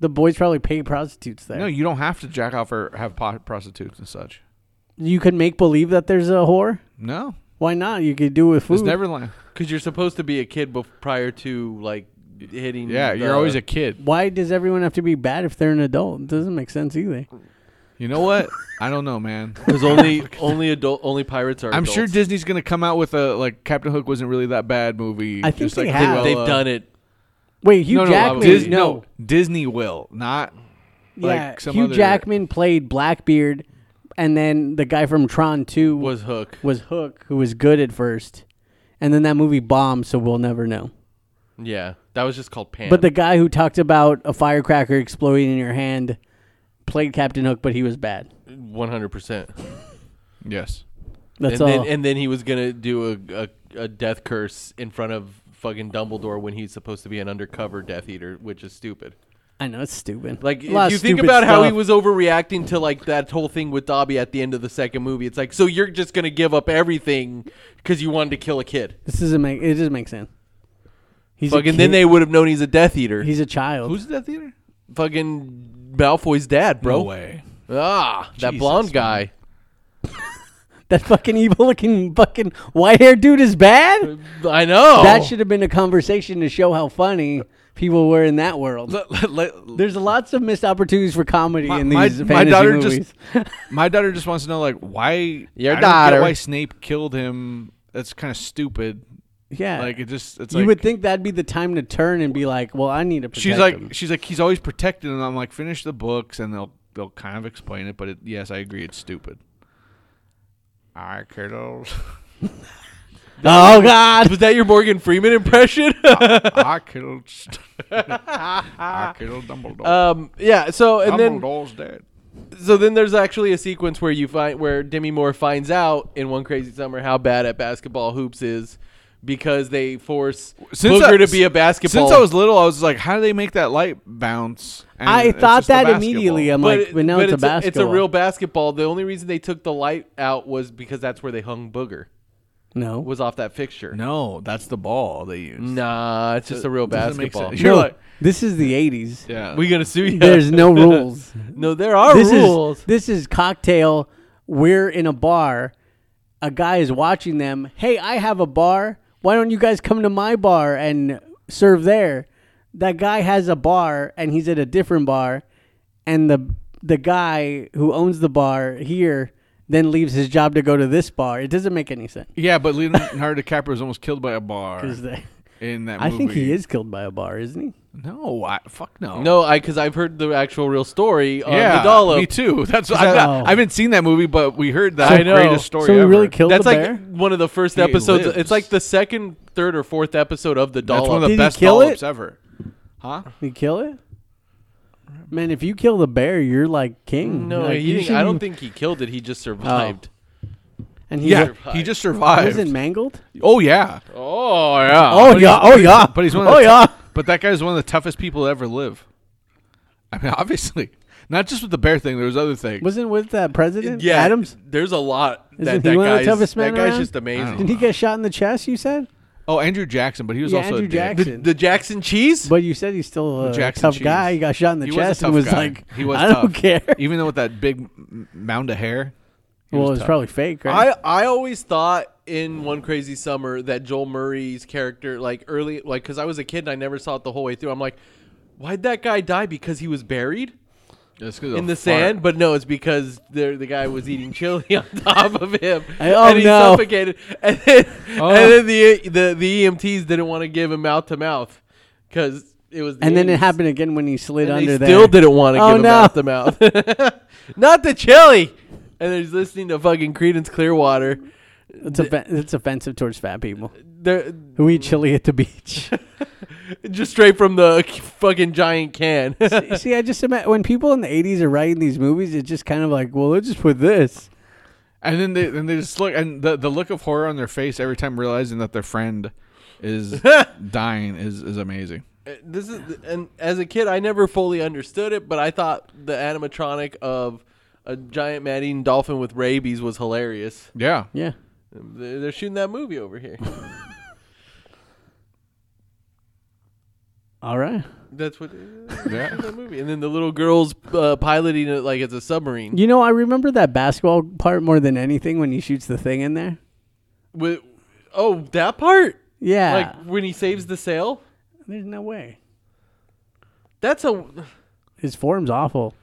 S4: The boys probably pay prostitutes there.
S2: No, you don't have to jack off or have po- prostitutes and such.
S4: you could make believe that there's a whore.
S2: No,
S4: Why not? You could do it with food.
S2: it's Neverland.
S3: Because you're supposed to be a kid bef- prior to like hitting.
S2: Yeah, you're
S3: the-
S2: always a kid.
S4: Why does everyone have to be bad if they're an adult? It doesn't make sense either.
S2: You know what? I don't know, man.
S3: Because only only adult only pirates are.
S2: I'm sure
S3: adults.
S2: Disney's gonna come out with a like Captain Hook wasn't really that bad movie.
S4: I think
S2: Just
S4: they
S2: like
S4: have.
S3: they've
S2: uh,
S3: done it.
S4: Wait, Hugh
S2: No, no,
S4: Jackman.
S2: Dis-
S4: no,
S2: no, Disney will not. like
S4: yeah,
S2: some
S4: Hugh
S2: other-
S4: Jackman played Blackbeard, and then the guy from Tron Two
S3: Was Hook?
S4: was Hook, who was good at first, and then that movie bombed, so we'll never know.
S3: Yeah, that was just called Pan.
S4: But the guy who talked about a firecracker exploding in your hand played Captain Hook, but he was bad.
S3: one hundred percent.
S2: Yes.
S3: and
S4: That's all.
S3: then and then he was gonna do a, a a death curse in front of fucking Dumbledore when he's supposed to be an undercover Death Eater, which is stupid.
S4: I know it's stupid.
S3: Like
S4: A lot
S3: if you
S4: of
S3: think
S4: stupid
S3: about how he
S4: stuff.
S3: was overreacting to like that whole thing with Dobby at the end of the second movie, it's like so you're just gonna give up everything because you wanted to kill a kid.
S4: This doesn't make it doesn't make sense. He's a
S3: fucking then
S4: kid-
S3: they would have known he's a Death Eater.
S4: He's a child.
S2: Who's that theater?
S3: fucking Malfoy's dad, bro.
S2: No way.
S3: Ah, that
S2: Jesus,
S3: blonde
S2: man.
S3: guy.
S4: that fucking evil looking fucking white haired dude is bad?
S3: I know.
S2: Oh.
S4: That should have been a conversation to show how funny people were in that world.
S2: Let- let- let-
S4: There's lots of missed opportunities for comedy in these fantasy
S2: daughter
S4: movies.
S2: just my daughter just wants to know like why
S3: Your
S2: I don't get
S3: daughter.
S2: why Snape killed him. That's kind of stupid.
S4: yeah.
S2: Like it just it's
S4: you
S2: like
S4: would think that'd be the time to turn and be like, "Well, I need to." Protect
S2: she's like
S4: him.
S2: she's like he's always protected and I'm like finish the books and they'll they'll kind of explain it but it, yes I agree it's stupid. All right, kiddos.
S4: "Oh God,
S3: was that your Morgan Freeman impression?
S2: I killed. I killed Dumbledore.
S3: um, yeah. So and then
S2: Dumbledore's dead.
S3: so then there's actually a sequence where you find where Demi Moore finds out in one crazy summer how bad at basketball hoops is because they force Booger to be a basketball.
S2: Since I was little, I was like, how do they make that light bounce? And
S4: I
S2: it's
S4: thought
S2: just a
S4: that
S2: basketball.
S4: immediately. I'm
S3: but,
S4: like,
S3: it-
S4: "But now
S3: but
S4: it's, a basketball."
S3: it's a real basketball. The only reason they took the light out was because that's where they hung Booger
S4: no.
S3: was off that fixture.
S2: No, that's the ball they use.
S3: Nah, it's just a real
S2: doesn't make
S3: basketball.
S2: sense.
S4: no,
S2: you're like-
S4: this is the '80s.
S2: Yeah.
S3: We gonna sue you?
S4: There's no rules.
S3: no, there are
S4: this
S3: rules.
S4: is this is cocktail. We're in a bar. A guy is watching them. Hey, I have a bar. Why don't you guys come to my bar and serve there? That guy has a bar and he's at a different bar, and the the guy who owns the bar here then leaves his job to go to this bar. It doesn't make any sense.
S2: yeah, but Leonardo DiCaprio was almost killed by a bar
S4: 'Cause they-
S2: in that
S4: I
S2: movie.
S4: think he is killed by a bar, isn't he?
S2: No, I, fuck no.
S3: no, I because I've heard the actual real story
S4: uh,
S3: on
S2: yeah,
S3: the dollop.
S2: me too. That's what I've not-
S4: Oh.
S2: I haven't seen that movie, but we heard that
S3: I know.
S2: greatest story.
S4: so he
S2: ever.
S4: really killed
S3: That's
S4: the
S3: like
S4: bear.
S3: one of the first
S2: He
S3: episodes.
S2: lives.
S3: It's like the second, third, or fourth episode of the
S2: That's
S3: dollop.
S2: one of the
S4: Did he
S2: best
S4: kill it?
S2: dollops ever. Huh?
S4: He kill it. Man, if you kill the bear, you're like king.
S3: no, he
S4: Like, you
S3: didn't, I don't
S4: shouldn't- Oh.
S3: think he killed it. He just survived.
S4: And he's
S2: Yeah,
S4: like-
S2: he just survived.
S4: wasn't mangled.
S2: Oh yeah.
S3: Oh, yeah.
S4: Oh
S2: But
S4: yeah,
S2: he's-
S4: oh yeah.
S2: But he's one. Of
S4: Oh
S2: the
S4: yeah.
S2: But that guy's one of the toughest people to ever live. I mean, obviously, not just with the bear thing. There was other things.
S4: Wasn't with that president
S3: yeah.
S4: Adams?
S3: There's a lot that
S4: Isn't he
S3: that
S4: one of the
S3: guy's.
S4: toughest
S3: That
S4: men
S3: guy's
S4: around?
S3: just amazing.
S4: Didn't he get shot in the chest? You said
S2: Oh, Andrew Jackson, but he was
S4: Yeah,
S2: also a
S4: Andrew
S2: dick.
S4: Jackson.
S3: The, the Jackson cheese?
S4: But you said he's still a
S2: Jackson
S4: tough
S2: Cheese.
S4: guy. He got shot in the
S2: He was a
S4: chest
S2: tough
S4: and was
S2: guy.
S4: like,
S2: He was
S4: I don't
S2: tough.
S4: care.
S2: even though with that big m- mound of hair.
S4: well,
S2: was
S4: it's
S2: tough.
S4: probably fake, right?
S3: I, I always thought in One Crazy Summer that Joel Murray's character, like early, like, because I was a kid and I never saw it the whole way through. I'm like, why'd that guy die? Because he was buried in the sand? But no, it's because there, the guy was eating chili on top of him.
S4: I- oh,
S3: and he
S4: no.
S3: suffocated. And then,
S2: Oh.
S3: and then the, the, the EMTs didn't want to give him mouth to mouth because it was. The
S4: and then it
S3: 80s.
S4: happened again when he slid
S3: And
S4: under
S3: they
S4: there.
S3: still didn't want to
S4: Oh,
S3: give him mouth to mouth. Not the chili. And they're just listening to fucking Credence Clearwater.
S4: It's, offen- it's offensive towards fat people Mm.
S3: They're
S4: who eat chili at the beach.
S3: just straight from the fucking giant can.
S4: See, I just imagine when people in the '80s are writing these movies, it's just kind of like, well, let's just put this.
S2: And then they and they just look and the, the look of horror on their face every time realizing that their friend is dying is, is amazing.
S3: this is and as a kid I never fully understood it, but I thought the animatronic of a giant man eating dolphin with rabies was hilarious. Um,
S2: Yeah.
S4: Yeah,
S3: They're they're shooting that movie over here.
S4: all right.
S3: That's what
S2: Yeah.
S3: that movie. And then the little girl's uh, piloting it like it's a submarine.
S4: You know, I remember that basketball part more than anything when he shoots the thing in there.
S3: With, oh, that part?
S4: Yeah,
S3: Like when he saves the sail?
S4: there's no way.
S3: That's a
S4: His form's awful.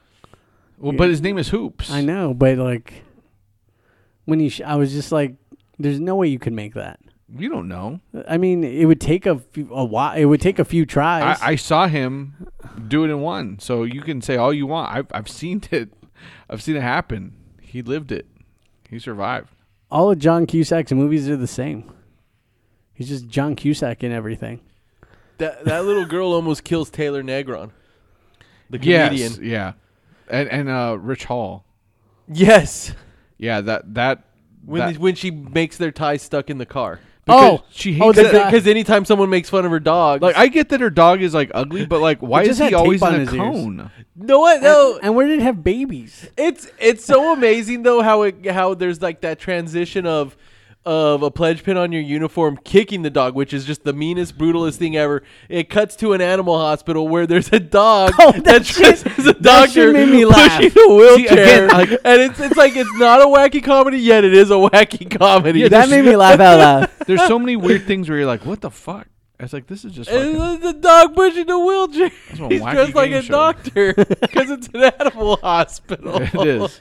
S2: Well, but his name is Hoops.
S4: I know, but like when he, sh- I was just like, there's no way you could make that.
S2: You don't know.
S4: I mean, it would take a few, a while. It would take a few
S2: I,
S4: tries.
S2: I saw him do it in one. So you can say all you want. I've I've seen it. I've seen it happen. He lived it. He survived.
S4: All of John Cusack's movies are the same. He's just John Cusack in everything.
S3: that that little girl almost kills Taylor Negron. The comedian.
S2: Yes, yeah. And and uh Rich Hall.
S3: Yes.
S2: Yeah, that that
S3: When
S2: that-
S3: they- when she makes their tie stuck in the car.
S2: because
S4: Oh,
S2: she
S4: oh,
S2: hates
S4: the
S2: it.
S4: guy-
S3: Because anytime someone makes fun of her dog,
S2: Like I get that her dog is like ugly, but like why
S4: It
S2: is
S4: just
S2: he
S4: had tape
S2: always
S4: on
S2: in a
S4: his ears.
S2: cone?
S3: no, what? no,
S4: And, and where did it have babies?
S3: it's it's so amazing though how it how there's like that transition of of a pledge pin on your uniform kicking the dog, which is just the meanest, brutalest thing ever. It cuts to an animal hospital where there's a dog
S4: Oh, that
S3: dressed
S4: shit-
S3: as a
S4: that shit
S3: doctor
S4: made me laugh.
S3: pushing a wheelchair,
S2: again, like-
S3: and it's it's like it's not a wacky comedy yet. It is a wacky comedy.
S4: that made me laugh out loud.
S2: There's so many weird things where you're like, what the fuck? It's like this is just fucking,
S3: It's the dog pushing the wheelchair.
S2: a
S3: He's
S2: wacky
S3: dressed like
S2: game
S3: a
S2: show.
S3: doctor because it's an animal hospital.
S2: it is.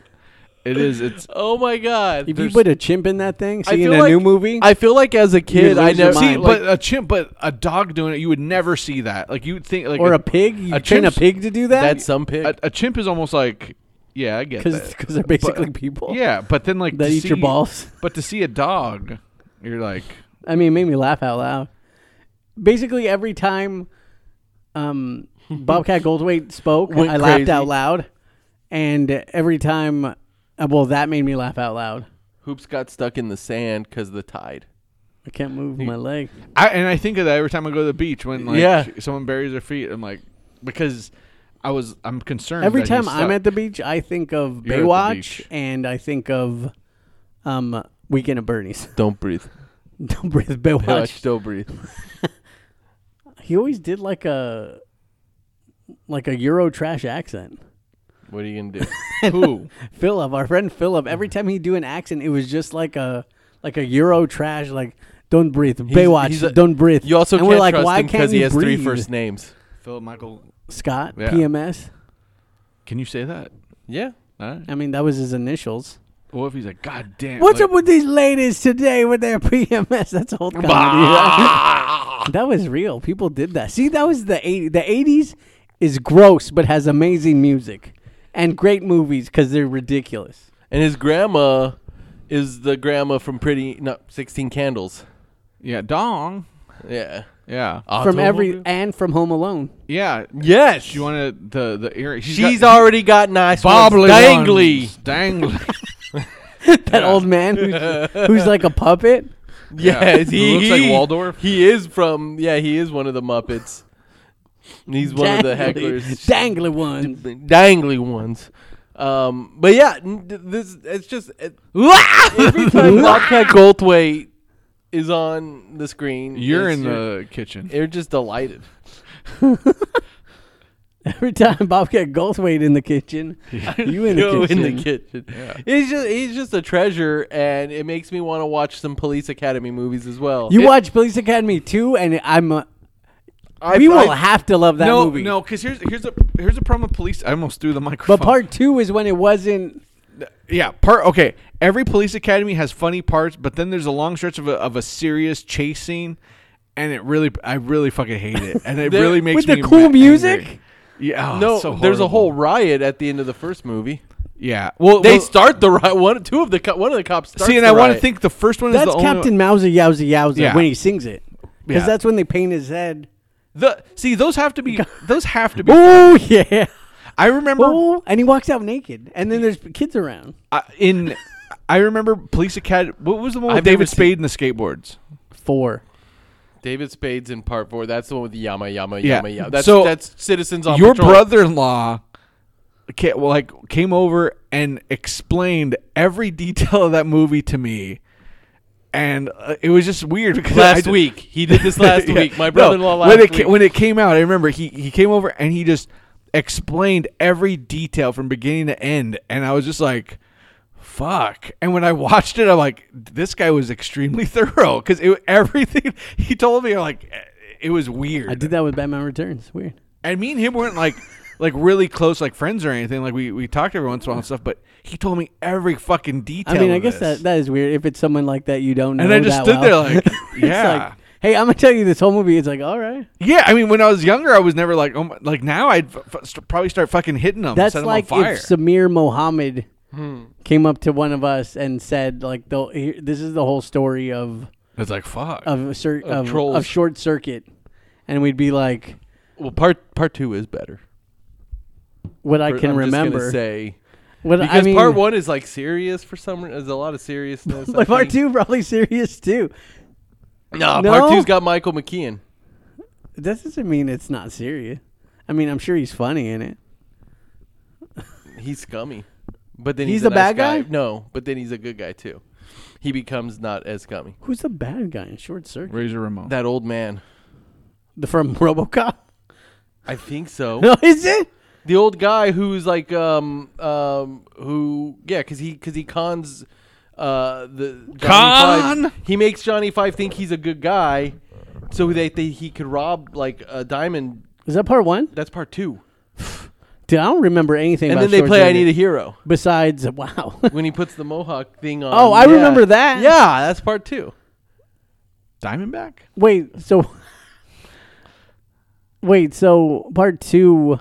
S2: It is. It's
S3: Oh my god!
S4: If you put a chimp in that thing,
S3: I
S4: seeing
S3: feel
S4: a
S3: like-
S4: new movie,
S3: I feel like as a kid, I
S4: lose your
S3: never
S4: mind.
S2: see,
S3: see,
S2: but
S3: like,
S2: a chimp, but a dog doing it, you would never see that. Like you would think, like
S4: or a pig, you
S2: a
S4: train a
S2: chimp's-
S4: pig to do
S3: that's
S4: that
S3: some pig.
S2: a, a chimp is almost like, yeah, I get
S4: because
S2: that.
S4: they're basically people
S2: Yeah, but then like
S4: that
S2: to
S4: eat your
S2: see-
S4: balls.
S2: But to see a dog, you're like,
S4: I mean, it made me laugh out loud. Basically, every time um, Bobcat Goldthwait spoke,
S3: Went
S4: I
S3: crazy.
S4: laughed out loud, and every time, uh, well, that made me laugh out loud.
S3: Hoops got stuck in the sand because the tide.
S4: I can't move my leg.
S2: I and I think of that every time I go to the beach when like
S3: Yeah.
S2: someone buries their feet. I'm like, because I was I'm concerned
S4: Every
S2: that he's
S4: time I'm
S2: stuck.
S4: at the beach, I think of
S2: You're at the
S4: Baywatch
S2: beach.
S4: and I think of um, Weekend at Bernie's.
S3: Don't breathe.
S4: Don't breathe, Baywatch.
S3: Watch. Don't breathe.
S4: He always did like a like a Euro trash accent.
S3: What are you gonna do?
S2: who
S4: Philip, our friend Philip, every time he'd do an accent, it was just like a like a Euro trash, like don't breathe, Baywatch,
S3: he's a-
S4: don't breathe.
S3: You also
S4: and
S3: can't
S4: we're like,
S3: trust
S4: why
S3: him
S4: can't
S3: because he
S4: you
S3: has
S4: breathe?
S3: three first names.
S2: Philip Michael.
S4: Scott
S2: Yeah.
S4: PMS.
S2: Can you say that?
S3: Yeah.
S2: All right.
S4: I mean, that was his initials.
S2: What if he's like, God damn.
S4: What's
S2: like,
S4: up with these ladies today with their PMS? That's old comedy. that was real. People did that. See, that was the 80s. The 80s is gross, but has amazing music and great movies because they're ridiculous.
S3: And his grandma is the grandma from Pretty No Sixteen Candles.
S2: Yeah, dong.
S3: Yeah.
S2: Yeah, Uh,
S4: From every
S3: Automobile?
S4: and from Home Alone.
S2: yeah.
S3: Yes.
S2: She wanted the the earring.
S3: She's
S2: got
S3: already got nice
S2: bobbly
S3: ones. Dangly.
S2: ones. Dangly.
S4: That old man who's, who's like a puppet.
S2: Yeah.
S3: Yes, he
S2: Who looks like
S3: he-
S2: Waldorf.
S3: He is from yeah, he is one of the Muppets. And He's one of the
S4: Dangly-
S3: hecklers,
S4: Dangly one.
S3: dangly ones. Um, but yeah, n- th- this it's just it, every time Bobcat Goldthwait is on the screen.
S2: You're
S3: is
S2: in the kitchen.
S3: You're just delighted.
S4: Every time Bobcat Goldthwait in the kitchen, you in the
S3: Go
S4: kitchen.
S3: in the kitchen. He's just he's just a treasure, and it makes me want to watch some Police Academy movies as well.
S4: You watch Police Academy 2, and I'm. Uh,
S2: I-
S4: we will
S2: I-
S4: have to love that
S2: no,
S4: movie.
S2: no, because here's here's a here's a problem with police. I almost threw the microphone.
S4: But part two is when it wasn't.
S2: yeah, part okay. Every police academy has funny parts, but then there's a long stretch of a of a serious chase scene, and it really I really fucking hate it, and it
S3: There-
S2: really makes
S4: with the
S2: me
S4: cool
S2: angry.
S4: music?
S2: Yeah, oh,
S3: no,
S2: it's so
S3: there's a
S2: horrible.
S3: whole riot at the end of the first movie.
S2: yeah. Well,
S3: They
S2: well,
S3: start the riot. One, two of the co- one of the cops. Starts
S2: see, and
S3: the
S2: I want to
S3: riot.
S2: think the first one is
S4: That's
S2: the only
S4: Captain Mouser Yowza Yowza
S2: Yeah.
S4: when he sings it. Because
S2: Yeah.
S4: that's when they paint his head.
S2: The see those have to be those have to be.
S4: Oh, yeah.
S2: I remember
S4: Oh, and he walks out naked. And then there's kids around.
S2: I, in I remember police academy. What was the one with
S3: I've never
S2: David
S3: seen-
S2: Spade and the skateboards?
S4: Four.
S3: David Spade's in part four. That's the one with the Yama Yama
S2: Yeah.
S3: Yama Yama. That's
S2: So,
S3: that's Citizens on
S2: your
S3: Patrol.
S2: brother-in-law ca- well, like came over and explained every detail of that movie to me and uh, it was just weird because I
S3: last
S2: d-
S3: week. He did this last
S2: Yeah.
S3: week. My
S2: No,
S3: brother-in-law last
S2: when it ca-
S3: week.
S2: when it came out i remember he, he came over and he just explained every detail from beginning to end and i was just like fuck and when i watched it i'm like this guy was extremely thorough because everything he told me like "Eh, it was weird
S4: I did that with Batman Returns. Weird.
S2: and me and him weren't like like really close like friends or anything. Like we, we talked every once in a while and stuff, but he told me every fucking detail.
S4: I mean,
S2: of
S4: I guess
S2: this.
S4: that, that is weird if it's someone like that you don't know.
S2: And I just
S4: that
S2: stood
S4: well.
S2: there like,
S4: It's
S2: yeah.
S4: like, hey, I'm gonna tell you this whole movie. It's like, all right,
S2: yeah. I mean, when I was younger, I was never like oh my, like now I'd f- f- st- probably start fucking hitting them.
S4: that's
S2: set 'em
S4: like
S2: on fire. Hmm.
S4: if Samir Mohammed came up to one of us and said, like, the, here- this is the whole story of
S2: it's like fuck.
S4: of a cir- of, of,
S3: trolls.
S4: short circuit, and we'd be like,
S3: well, part part two is better.
S4: what I can
S3: I'm just gonna
S4: remember.
S3: say
S4: what
S3: because
S4: I mean,
S3: part one is like serious for some. re- There's a lot of seriousness. I
S4: but part
S3: think.
S4: two probably serious too.
S3: no,
S4: No?
S3: part two's got Michael McKean.
S4: That doesn't mean it's not serious. I mean, I'm sure he's funny in it.
S3: He's scummy, but then
S4: He's
S3: he's,
S4: the
S3: a nice
S4: bad guy?
S3: No, but then he's a good guy too. He becomes not as scummy.
S4: Who's the bad guy in Short Circuit?
S2: Razor Ramon.
S3: That old man.
S4: The from RoboCop?
S3: I think so.
S4: No, is it?
S3: the old guy who's like um um who yeah because he because he cons uh the Johnny
S2: Con?
S3: Five- he makes Johnny Five think he's a good guy so they, they he could rob like a diamond
S4: Is that part one?
S3: that's part two
S4: Dude, I don't remember anything.
S3: and
S4: about
S3: then they
S4: Short
S3: play I
S4: Circuit
S3: Need a Hero
S4: Besides, wow.
S3: when he puts the mohawk thing on
S4: Oh, I
S3: Yeah.
S4: remember that.
S3: yeah that's part two
S2: Diamondback.
S4: wait, so wait, so part two,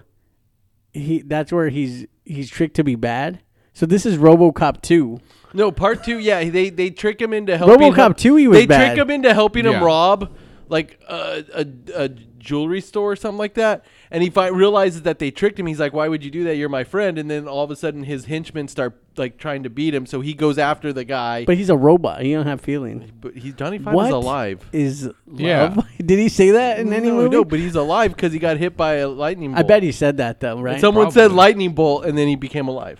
S4: he that's where he's he's tricked to be bad. So this is RoboCop two.
S3: no part two yeah they they trick him into helping
S4: RoboCop
S3: him-
S4: 2 he was
S3: they
S4: bad.
S3: trick him into helping him
S2: Yeah.
S3: rob like a, a, a jewelry store or something like that and he fi- realizes that they tricked him he's like why would you do that you're my friend and then all of a sudden his henchmen start like trying to beat him so he goes after the guy
S4: But he's a robot. He don't have feelings.
S3: but he's Johnny Five
S4: What
S3: is alive
S4: Is love?
S2: Yeah.
S4: Did he say that in any
S3: no,
S4: movie?
S3: no but he's alive because he got hit by a lightning
S4: I
S3: bolt
S4: bet he said that though, right?
S3: someone said
S2: Probably.
S3: lightning bolt and then he became alive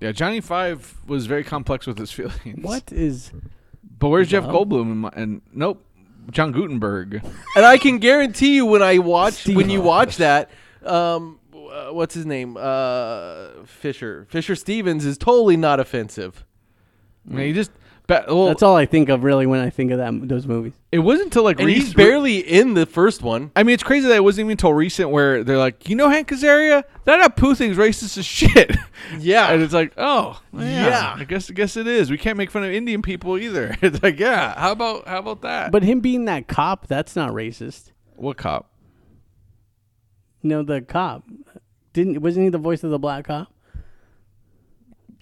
S2: Yeah, Johnny Five was very complex with his feelings.
S4: what is?
S2: But where's Jeff Goldblum? And, my, and nope, John Gutenberg.
S4: Mm.
S3: and I can guarantee you when I watch when you
S4: Steve.
S3: watch that, um, uh, what's his name? Uh, Fisher Fisher Stevens is totally not offensive.
S2: I mean, he just. But,
S3: Oh.
S2: well,
S4: That's all I think of really when I think of that those movies.
S2: It wasn't until like
S3: And
S2: Reese-
S3: he's barely in the first one.
S2: I mean, it's crazy that it wasn't even until recent where they're like, you know, Hank Azaria, that Apu thing's racist as shit.
S3: Yeah.
S2: and it's like, oh, yeah,
S3: Yeah.
S2: I guess, I guess it is. We can't make fun of Indian people either. It's like, yeah, how about, how about that?
S4: But him being that cop, that's not racist.
S2: what cop?
S4: No, the cop didn't. Wasn't he the voice of the black cop?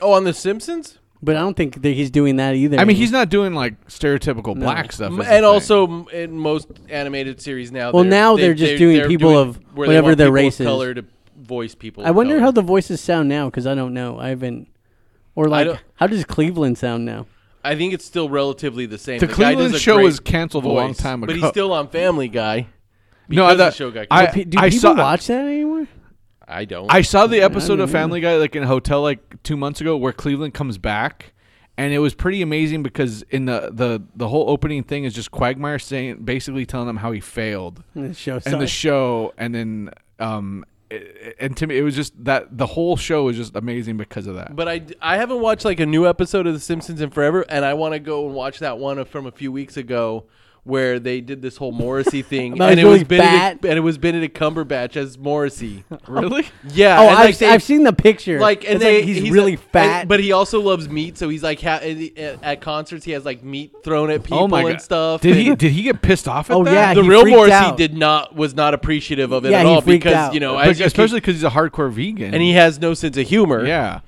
S3: Oh, on The Simpsons,
S4: But I don't think that he's doing that either.
S2: I mean, he's not doing like stereotypical black stuff,
S3: Mm-hmm. M-
S2: is the
S3: and
S2: thing.
S3: also m- in most animated series now.
S4: Well, now they're just doing people of
S3: where
S4: whatever
S3: they
S4: their
S3: want people of
S4: race is.
S3: color to voice people.
S4: I
S3: of
S4: wonder
S3: color.
S4: how the voices sound now because I don't know. I haven't. Or like,
S3: don't-
S4: how does Cleveland sound now?
S3: I think it's still relatively the same.
S2: The
S3: guy does
S2: Cleveland
S3: a
S2: show
S3: great
S2: was canceled a long
S3: voice,
S2: time
S3: but
S2: ago.
S3: he's still on Family Guy.
S2: no, I
S3: because the
S2: thought,
S3: show got
S2: I,
S4: Pe- do
S2: I
S4: people
S2: saw,
S4: watch that anymore?
S3: I don't.
S2: I saw the episode of Family Guy like in a hotel like two months ago where Cleveland comes back and it was pretty amazing because in the the the whole opening thing is just Quagmire saying basically telling them how he failed
S4: And the show
S2: and the
S4: sucked.
S2: show and then um it, and to me it was just that the whole show was just amazing because of that.
S3: But I, I haven't watched like a new episode of The Simpsons in forever, and I want to go and watch that one from a few weeks ago where they did this whole Morrissey thing,
S4: About
S3: and it
S4: doing
S3: was Benedict,
S4: bat?
S3: and it was Benedict Cumberbatch as Morrissey.
S2: really?
S3: Yeah.
S4: oh,
S3: and,
S4: I've,
S3: like, they-
S4: I've seen the picture.
S3: Like and
S4: It's
S3: they,
S4: he's,
S3: a-
S4: really
S3: and-
S4: fat,
S3: but he also loves meat. So he's like ha- at, at concerts, he has like meat thrown at people
S2: oh my
S3: and
S2: god.
S3: stuff.
S2: Did
S3: and-
S2: he did he get pissed off at
S4: Oh,
S2: that?
S4: yeah,
S3: the
S4: he
S3: real
S4: freaked
S3: Morrissey
S4: out.
S3: did not was not appreciative of it
S4: Yeah,
S3: at
S4: he
S3: all
S4: freaked
S3: because
S4: out.
S3: you know,
S2: But
S3: as you
S2: especially
S3: keep-
S2: because he's a hardcore vegan.
S3: and he has no sense of humor.
S2: yeah.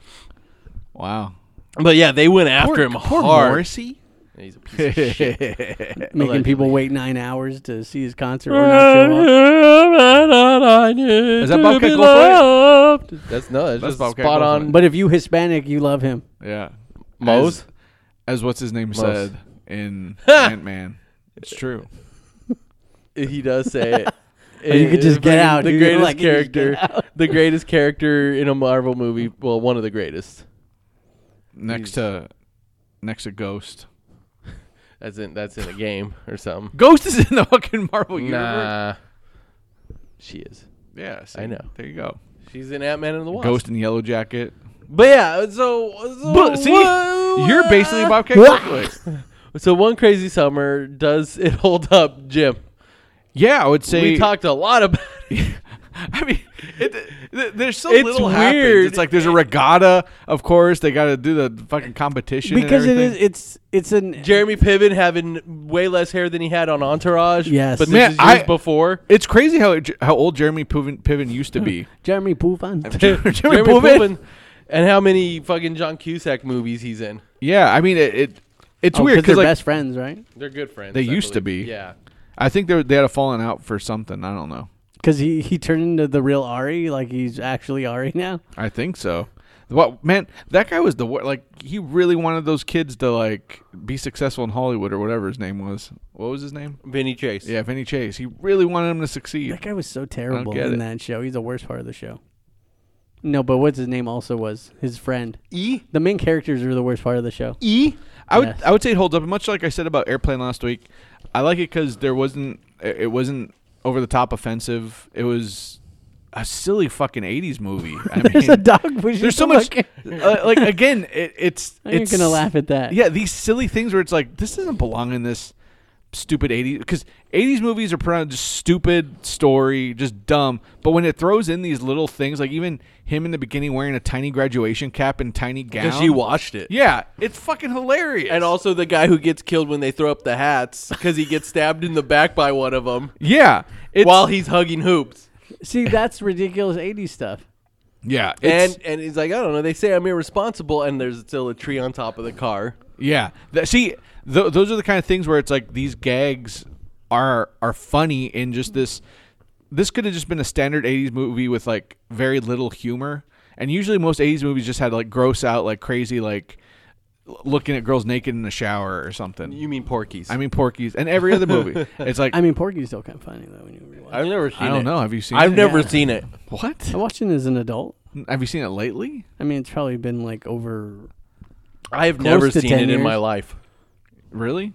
S2: Wow.
S3: but yeah, they went after
S2: poor,
S3: him
S2: poor
S3: hard.
S2: Morrissey.
S3: He's a piece of shit.
S4: making people wait nine hours to see his concert or not show up.
S2: Is that Bobcat Goldthwait?
S3: That's no, that's, just
S2: Bobcat
S3: spot
S2: Goldthwait.
S3: on.
S4: But if you Hispanic, you love him.
S2: Yeah.
S3: Moe's?
S2: As, as what's his name said in Ant Man. It's true.
S3: he does say it.
S4: you could just
S3: It-
S4: get out,
S3: The
S4: dude.
S3: greatest
S4: Like, you just get
S3: character, the greatest character in a Marvel movie. Well, one of the greatest.
S2: Next to next to Ghost.
S3: That's in that's in a game or something.
S2: Ghost is in the fucking Marvel universe.
S3: Nah, she is.
S2: Yeah, see,
S3: I know.
S2: There you go.
S3: She's in Ant Man and the Wasp.
S2: Ghost and Yellow Jacket.
S3: But yeah, so, so
S2: But see,
S3: wha-
S2: you're basically
S3: wha-
S2: Bobcat Goldthwait.
S3: So one crazy summer does it hold up, Jim?
S2: yeah, I would say.
S3: we talked a lot about. It.
S2: I mean, it, th- there's so
S3: It's
S2: little happens.
S3: weird.
S2: It's like there's a regatta, of course. They got to do the fucking competition and
S4: Because it is,
S2: everything.
S4: it's it's an
S3: Jeremy Piven having way less hair than he had on Entourage.
S4: Yes.
S3: but this
S2: Man,
S3: is
S2: I-
S3: years before.
S2: It's crazy how it- how old Jeremy Piven, Piven used to be.
S4: Jeremy Poofan.
S3: Jeremy,
S2: Piven?
S3: Piven. and how many fucking John Cusack movies he's in?
S2: Yeah, I mean it. it it's
S4: Oh,
S2: weird
S4: they're
S2: because like
S4: best friends, right?
S3: They're good friends.
S2: They
S3: I
S2: used to
S3: believe.
S2: be.
S3: Yeah,
S2: I think they were- they had a falling out for something. I don't know.
S4: Because he he turned into the real Ari, like he's actually Ari now.
S2: I think so. What man? That guy was the wor- like he really wanted those kids to like be successful in Hollywood or whatever his name was. What was his name?
S3: Vinny Chase.
S2: Yeah, Vinny Chase. He really wanted him to
S4: That
S2: succeed.
S4: guy was so terrible
S2: get
S4: in
S2: it.
S4: that show. He's the worst part of the show. No, but what's his name also was his friend.
S2: E
S4: The main characters are the worst part of the show.
S2: E. I would
S4: Yes.
S2: I would say it holds up. Much like I said about Airplane last week, I like it because there wasn't it it wasn't over the top offensive. It was a silly fucking eighties movie. I
S4: There's
S2: mean-
S4: a dog pushing.
S2: There's so
S4: the
S2: much,
S4: bucket.
S2: uh, like again, it, it's.
S4: You're
S2: it's-
S4: gonna laugh at that.
S2: Yeah, these silly things where it's like this doesn't belong in this stupid 80s because 80s movies are put on just stupid story, just dumb. But when it throws in these little things, like even him in the beginning wearing a tiny graduation cap and tiny gown,
S3: because you watched it.
S2: yeah, it's fucking hilarious.
S3: And also the guy who gets killed when they throw up the hats because he gets stabbed in the back by one of them
S2: yeah, it's,
S3: while he's hugging hoops.
S4: See, that's ridiculous '80s stuff.
S2: yeah, it's,
S3: And and he's like, I don't know. They say I'm irresponsible, and there's still a tree on top of the car.
S2: Yeah. That, see, th- those are the kind of things where it's like these gags are are funny in just this. This could have just been a standard '80s movie with like very little humor, and usually most '80s movies just had like gross out, like crazy, like l- looking at girls naked in the shower or something.
S3: You mean Porky's?
S2: I mean, Porky's and every other movie. it's like
S4: I mean, Porky's still kind of funny though. When you rewatch,
S3: I've never seen
S2: I don't
S3: it.
S2: know. Have you seen?
S3: I've
S2: it?
S3: never
S4: Yeah.
S3: seen it.
S2: What?
S4: I watched it as an adult.
S2: Have you seen it lately?
S4: I mean, it's probably been like over.
S3: I have
S4: Close
S3: never
S4: to
S3: seen
S4: 10
S3: it in
S4: years.
S3: my life.
S2: Really?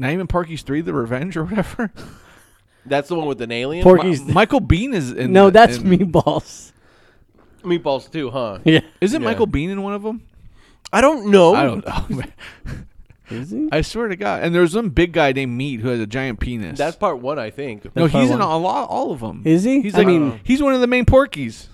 S2: Not even Porky's Three: The Revenge or whatever.
S3: That's the one with an alien.
S4: Porky's.
S2: Michael Bean is in.
S4: no, that's
S2: in-
S4: meatballs.
S3: Meatballs too, huh?
S4: Yeah,
S2: Isn't
S3: Yeah.
S2: Michael Bean in one of them?
S3: I don't know.
S2: I don't know.
S4: is he?
S2: I swear to God. And there's some big guy named Meat who has a giant penis.
S3: That's part one, I think.
S2: no,
S4: That's
S2: he's
S4: part
S2: in
S4: one.
S2: a lot, all of them.
S4: Is he?
S2: He's
S4: I
S2: like,
S4: mean-
S2: he's one of the main Porkies.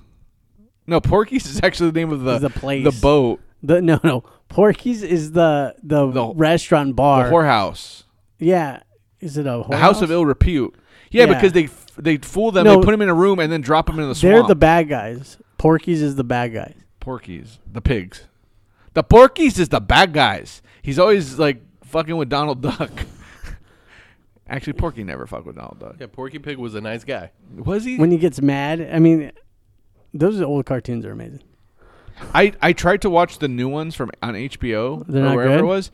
S2: No, Porkies is actually the name of the
S4: Is the place.
S2: the boat,
S4: The no, no. Porky's is the the,
S2: The-
S4: restaurant
S2: the
S4: bar.
S2: whorehouse,
S4: yeah, is it a
S2: the house of ill repute. Yeah,
S4: Yeah.
S2: because they f- they fool them,
S4: No.
S2: they put them in a room, and then drop them in the
S4: They're
S2: swamp.
S4: the bad guys. Porky's is the bad guys.
S2: Porkies, the pigs. The Porkies is the bad guys. He's always like fucking with Donald Duck. actually, Porky never fucked with Donald Duck.
S3: Yeah, Porky Pig was a nice guy.
S2: Was he?
S4: When he gets mad, I mean, those old cartoons are amazing.
S2: I, I tried to watch the new ones from on HBO
S4: They're
S2: or
S4: not
S2: wherever
S4: good?
S2: it was.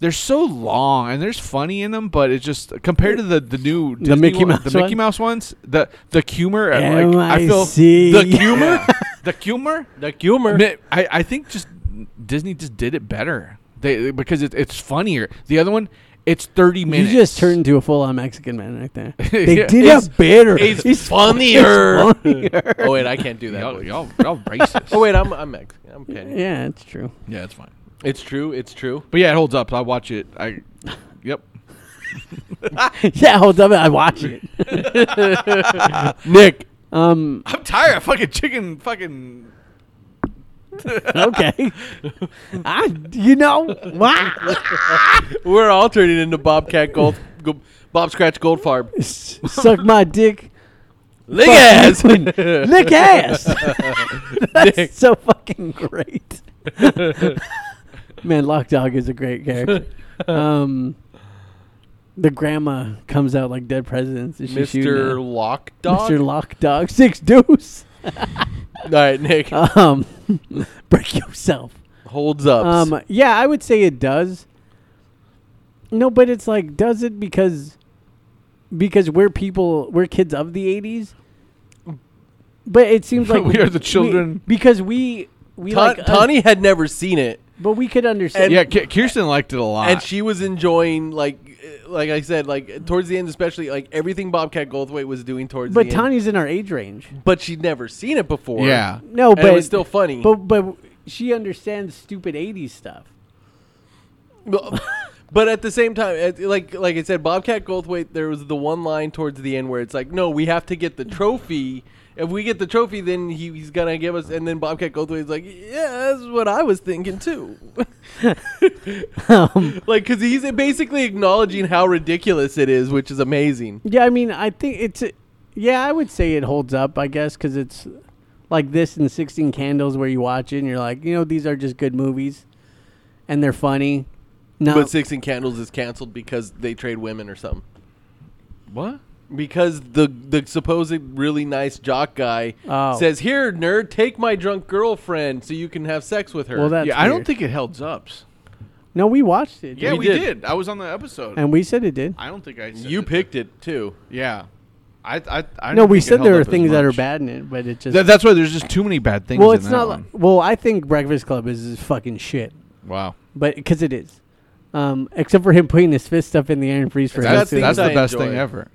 S2: They're so long and there's funny in them, but it's just compared to the the new Disney
S4: Mickey
S2: one-
S4: Mouse
S2: the Mickey
S4: one?
S2: Mouse ones, the the humor, uh, like I feel
S4: M.I.C..
S2: the humor, the humor.
S3: The humor.
S2: Mi- I I think just Disney just did it better. They because it, it's funnier. The other one, it's thirty
S4: You
S2: minutes.
S4: just turned into a full-on Mexican man right there. They did
S2: It's-
S4: it better.
S2: it's
S4: He's
S3: funnier. oh wait, I can't do that.
S2: y'all
S3: voice.
S2: y'all, y'all racist.
S3: Oh wait, I'm I'm Mexican. I'm Canadian.
S4: Yeah, it's true.
S2: yeah, it's fine.
S3: It's true. It's true.
S2: But yeah, it holds up. I watch it. I yep.
S4: Yeah, hold up, I watch it.
S3: Nick,
S4: Um,
S2: I'm tired of fucking chicken fucking.
S4: okay. I, you know, wow.
S3: we're all turning into Bobcat Gold, Go- Bob Scratch Goldfarb.
S4: S- Suck my dick.
S3: Lick
S4: fuck
S3: ass.
S4: you and Lick ass. That's so fucking great. Man, Lockdog is a great character. Um, the grandma comes out like dead presidents. and she's shooting
S3: Mr.
S4: at-
S3: Lock Dog.
S4: Mr. Lockdog. Six deuce.
S3: All right, Nick
S4: Um, break yourself.
S3: holds up.
S4: Um, yeah, I would say it does. No, but it's like, does it because because we're people, we're kids of the '80s. But it seems like
S2: We are the
S4: we-
S2: children.
S4: because we we
S3: Ta-
S4: like uh,
S3: Tawny had never seen it,
S4: but we could understand.
S2: Yeah, Ki- Kirsten liked it a lot.
S3: and she was enjoying like, uh, like I said, like towards the end, especially like everything Bobcat Goldthwait was doing towards.
S4: but
S3: the
S4: Tanya's in our age range.
S3: end. but she'd never seen it before.
S2: yeah.
S4: No,
S3: And
S4: but
S3: it was still funny.
S4: But but she understands stupid '80s stuff.
S3: But- But at the same time, it- like like I said, Bobcat Goldthwait, there was the one line towards the end where it's like, no, we have to get the trophy. If we get the trophy, then he, he's gonna give us. And then Bobcat Goldthwait's like, yeah, that's what I was thinking too. like, because he's basically acknowledging how ridiculous it is, which is amazing.
S4: Yeah, I mean, I think it's. Yeah, I would say it holds up, I guess, because it's like this in 16 Candles where you watch it and you're like, you know, these are just good movies and they're funny. No.
S3: But Sixteen Candles is canceled because they trade women or something.
S2: What?
S3: because the the supposed really nice jock guy
S4: Oh.
S3: says, "Here, nerd, take my drunk girlfriend so you can have sex with her."
S4: well, that's
S2: yeah, I don't
S4: weird.
S2: think it holds up.
S4: No, we watched it.
S2: Yeah,
S4: didn't
S2: we,
S4: we?
S2: did.
S3: did.
S2: I was on the episode.
S4: And we said it did.
S2: I don't think I. Said
S3: you
S2: that-
S3: picked it too.
S2: Yeah. I. I. I
S4: No,
S2: don't
S4: we
S2: think it
S4: said
S2: held
S4: there
S2: up
S4: are
S2: as
S4: things that are
S2: much.
S4: bad in it, but it just.
S2: That, that's why there's just too many bad things.
S4: well,
S2: in
S4: it's
S2: that
S4: not.
S2: one.
S4: Like, well, I think Breakfast Club is, is fucking shit,
S2: wow.
S4: but because it is. Um, except for him putting his fist up in the air and freeze for
S2: That's,
S3: things
S2: that's the
S3: I
S2: best
S3: enjoy.
S2: thing ever.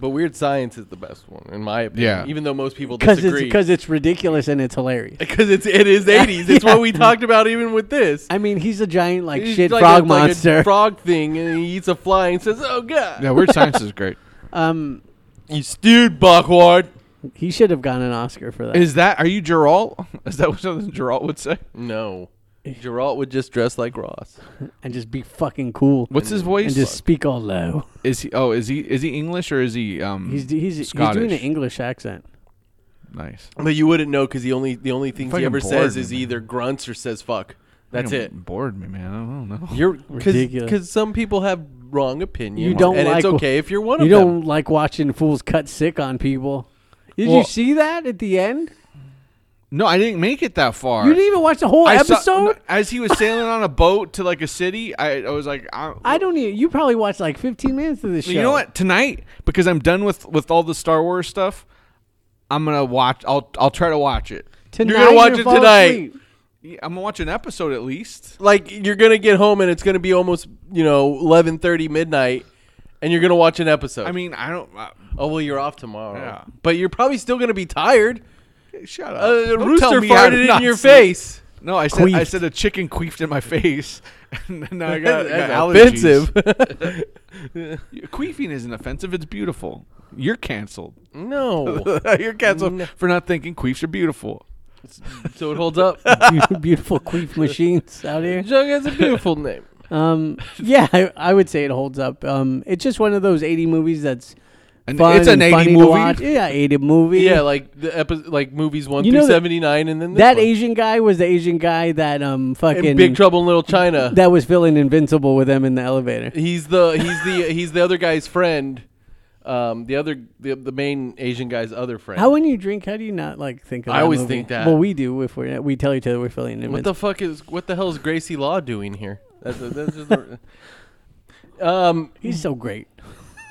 S3: But Weird Science is the best one, in my opinion.
S2: Yeah.
S3: Even though most people
S4: because it's
S3: disagree,
S4: because it's ridiculous and it's hilarious.
S3: because it's it is eighties. It's
S4: Yeah.
S3: what we talked about even with this.
S4: I mean, he's a giant like
S3: He's
S4: shit
S3: like
S4: frog
S3: a, like a
S4: monster.
S3: frog thing, and he eats a fly and says, "Oh god,
S2: Yeah, Weird Science is great.
S4: um,
S3: you stewed Buckward."
S4: He should have gotten an Oscar for that.
S2: Is that? Are you Geralt? Is that what something Geralt would say?
S3: No,
S4: Eh.
S3: Geralt would just dress like Ross.
S4: and just be fucking cool.
S2: What's his
S4: Mm, and
S2: voice?
S4: just speak all low.
S2: is he? Oh, is he? Is he English or is he? Um,
S4: He's d- he's, he's
S2: Scottish.
S4: doing an English accent.
S2: nice.
S3: But you wouldn't know because the only the only things
S2: Fucking
S3: he ever
S2: bored
S3: says
S2: me,
S3: is
S2: man.
S3: either grunts or says "fuck." That's
S2: Fucking
S3: it.
S2: Bored me, man. I don't know.
S3: You're
S4: Ridiculous.
S3: because some people have wrong opinions.
S4: You don't
S3: and
S4: like
S3: it's okay if you're one
S4: You
S3: of
S4: don't
S3: them.
S4: like watching fools cut sick on people. Did
S2: Well-
S4: you see that at the end?
S2: No, I didn't make it that far.
S4: You didn't even watch the whole
S2: I saw-
S4: episode.
S2: no, as he was sailing on a boat to like a city, I, I was like, I,
S4: I don't even. You probably watched like 15 minutes of this show.
S2: You know what? Tonight, because I'm done with with all the Star Wars stuff, I'm gonna watch. I'll I'll try to watch it.
S4: Tonight
S3: gonna watch
S4: you'll
S3: it
S4: fall
S3: tonight.
S4: asleep.
S2: Yeah, I'm gonna watch an episode at least.
S3: Like you're gonna get home and it's gonna be almost you know eleven thirty midnight, and you're gonna watch an episode.
S2: I mean, I don't. Uh,
S3: oh well, you're off tomorrow.
S2: Yeah.
S3: but you're probably still gonna be tired.
S2: shut up.
S3: Uh, a
S2: Don't
S3: rooster
S2: tell me how to
S3: farted
S2: not
S3: in your
S2: sleep.
S3: face.
S2: No, I said I
S4: Queefed.
S2: said a chicken queefed in my face, and now I got, I got
S3: That's
S2: allergies.
S3: offensive.
S2: Queefing isn't offensive. It's beautiful. You're canceled.
S3: no,
S2: You're canceled for not thinking queefs are beautiful.
S3: so it holds up.
S4: You Beautiful queef machines out here.
S3: Jug has a beautiful name.
S4: Um, yeah, I, I would say it holds up. Um, it's just one of those 80 movies that's
S2: And
S4: fun
S2: it's an
S4: and
S2: 80
S4: funny
S2: movie.
S4: To watch. Yeah, 80 movie.
S3: Yeah, like the epi- like movies one
S4: You know
S3: through
S4: that-
S3: seventy nine, and then this
S4: That
S3: one.
S4: Asian guy was the Asian guy that um fucking
S3: and Big Trouble in Little China.
S4: that was feeling invincible with them in the elevator.
S3: He's the he's the he's the other guy's friend. Um, the other the, the main Asian guy's other friend.
S4: How when you drink, how do you not like think? Of
S3: I
S4: that
S3: always
S4: movie?
S3: think that.
S4: Well, we do if we're we tell each other we're feeling invincible.
S3: what the fuck is what the hell is Gracie Law doing here? That's, that's just Um, the- um,
S4: He's so great.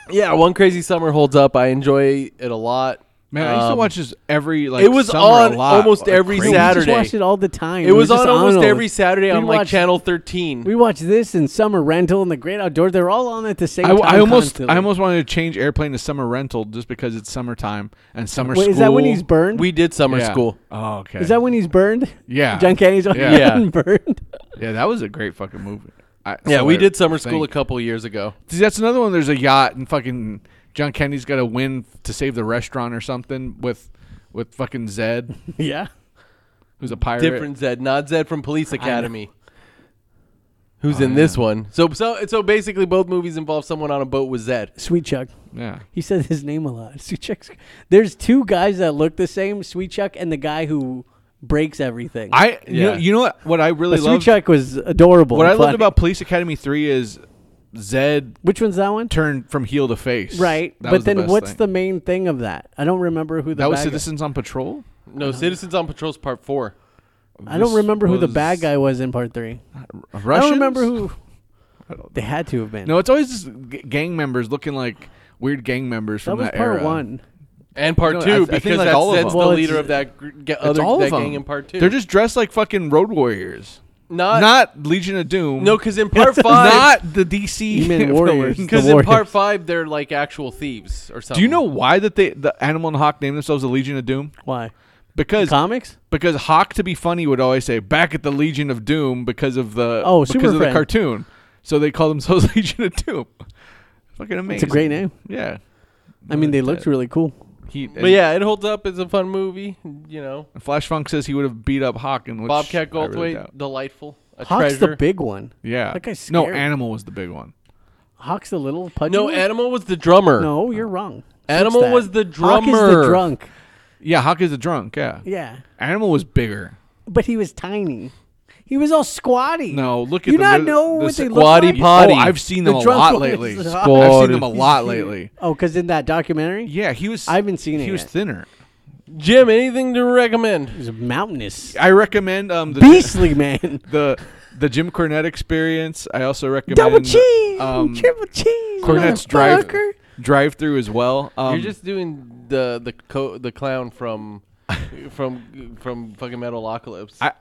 S3: yeah, one crazy summer holds up. I enjoy it a lot.
S2: Man, I used to
S3: Um,
S2: watch this every like.
S3: it was
S2: summer
S3: on
S2: a lot.
S3: almost
S2: Like,
S3: every
S2: crazy.
S3: Saturday.
S4: We just watched it all the time.
S3: It was
S4: just
S3: on almost
S4: all-
S3: every Saturday
S4: We
S3: on like
S4: watched-
S3: Channel 13.
S4: We watched this and Summer Rental and The Great Outdoors. They're all on at the same
S2: I,
S4: time.
S2: I almost
S4: constantly.
S2: I almost wanted to change airplane to summer rental just because it's summertime and summer
S4: Wait,
S2: school.
S4: is that when he's burned?
S3: we did summer
S2: Yeah.
S3: school.
S2: Oh, okay.
S4: is that when he's burned?
S2: Yeah.
S4: John Candy's on
S2: Yeah.
S4: yeah. burned.
S2: yeah, that was a great fucking movie. I
S3: Yeah, we
S2: swear.
S3: did summer school
S2: Thank
S3: a couple years ago.
S2: See, that's another one. There's a yacht, and fucking John Kennedy's got to win to save the restaurant or something with with fucking Zed,
S4: yeah.
S2: who's a pirate.
S3: Different Zed, not Zed from Police Academy. Who's
S4: Oh,
S3: in this one? So so so basically, both movies involve someone on a boat with Zed.
S4: Sweet Chuck.
S2: Yeah.
S4: He says his name a lot. Sweet Chuck's. There's two guys that look the same, Sweet Chuck and the guy who breaks everything.
S2: I you, know,
S3: Yeah.
S2: you know what what I really
S4: but Sweet
S2: love
S4: Chuck was adorable.
S2: what
S4: and
S2: I loved
S4: funny.
S2: about Police Academy three is Zed
S4: Which one's that one?
S2: turned from heel to face.
S4: Right.
S2: That
S4: but
S2: was the
S4: then
S2: best
S4: what's
S2: thing.
S4: the main thing of that? I don't remember who the
S2: that was
S4: bad guy-
S2: Citizens on Patrol?
S3: No, Citizens on Patrol's Part Four.
S4: I don't
S2: This
S4: remember who the bad
S2: was
S4: guy was in part three.
S2: Russians?
S4: I don't remember who.
S2: I don't-
S4: They had to have been.
S2: No, it's always just g- gang members looking like weird gang members
S4: that
S2: from
S4: was
S2: that,
S4: part
S2: era.
S4: one.
S3: And part
S2: No, I
S3: two,
S2: th- I
S3: because
S2: think, like,
S3: that's
S2: all of
S3: Zed's
S2: them.
S3: the
S4: Well,
S3: leader
S4: it's-
S3: of that gr- ge-
S2: It's
S3: other
S2: all
S3: that
S2: of them.
S3: gang in part two.
S2: They're just dressed like fucking road warriors.
S4: Uh,
S3: not,
S2: not Legion of Doom.
S3: no, because in part five,
S2: not the DC
S4: You mean warriors.
S2: villains.
S3: Because
S4: The
S3: in
S4: Warriors.
S3: part five, they're like actual thieves or something.
S2: Do you know why that they the Animal and Hawk named themselves the Legion of Doom?
S4: Why?
S2: Because
S4: Comics?
S2: because Hawk to be funny would always say back at the Legion of Doom because of the
S4: Oh,
S2: because
S4: Super
S2: of the
S4: Friend.
S2: cartoon. So they call themselves Legion of Doom. Fucking amazing.
S4: It's a great name.
S2: Yeah.
S4: I mean, they looked really cool.
S2: He,
S3: But yeah, it holds up. It's a fun movie. You know,
S2: Flash Funk says he would have beat up Hawk and
S3: Bobcat Goldthwait,
S2: Really doubt.
S3: delightful. A
S4: Hawk's
S3: treasure.
S4: the big one.
S2: yeah.
S4: That guy's
S2: no,
S4: scary.
S2: Animal was the big one.
S4: Hawk's the little pudgy.
S3: no,
S4: one?
S3: Animal was the drummer.
S4: No, you're wrong. Fix
S3: Animal
S4: that.
S3: was the
S4: Hawk is
S3: drummer.
S4: the drunk.
S2: Yeah, Hawk is a drunk. Yeah.
S4: Yeah,
S2: Animal was bigger.
S4: but he was tiny. He was all squatty.
S2: No, look at
S4: you
S2: them.
S4: not
S2: They're-
S4: know
S2: the
S4: what they
S2: s-
S4: look
S3: squatty
S4: like.
S3: pot- Body.
S2: Oh, I've seen them
S4: The
S2: a
S4: drunk
S2: lot
S4: one
S2: lately.
S4: is
S2: I've
S4: hot.
S2: seen
S3: Squatty.
S2: them a lot lately.
S4: Oh, because in that documentary,
S2: Yeah, he was.
S4: I haven't seen
S2: He
S4: it
S2: was
S4: yet.
S2: thinner.
S3: Jim, anything to recommend?
S4: he was mountainous,
S2: I recommend um the
S4: beastly man.
S2: the the Jim Cornette experience. I also recommend
S4: Double cheese,
S2: um,
S4: triple cheese.
S2: Cornette's drive
S4: motherfucker.
S2: drive through as well. Um,
S3: You're just doing the the co- the clown from from from fucking Metalocalypse.
S2: I-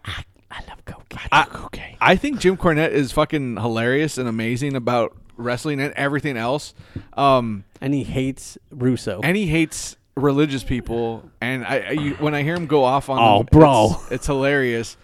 S4: I love cocaine.
S2: okay. I think Jim Cornette is fucking hilarious and amazing about wrestling and everything else. Um,
S4: and he hates Russo.
S2: and he hates religious people. And I, I you, when I hear him go off on,
S4: Oh,
S2: them,
S4: bro.
S2: it's, it's hilarious.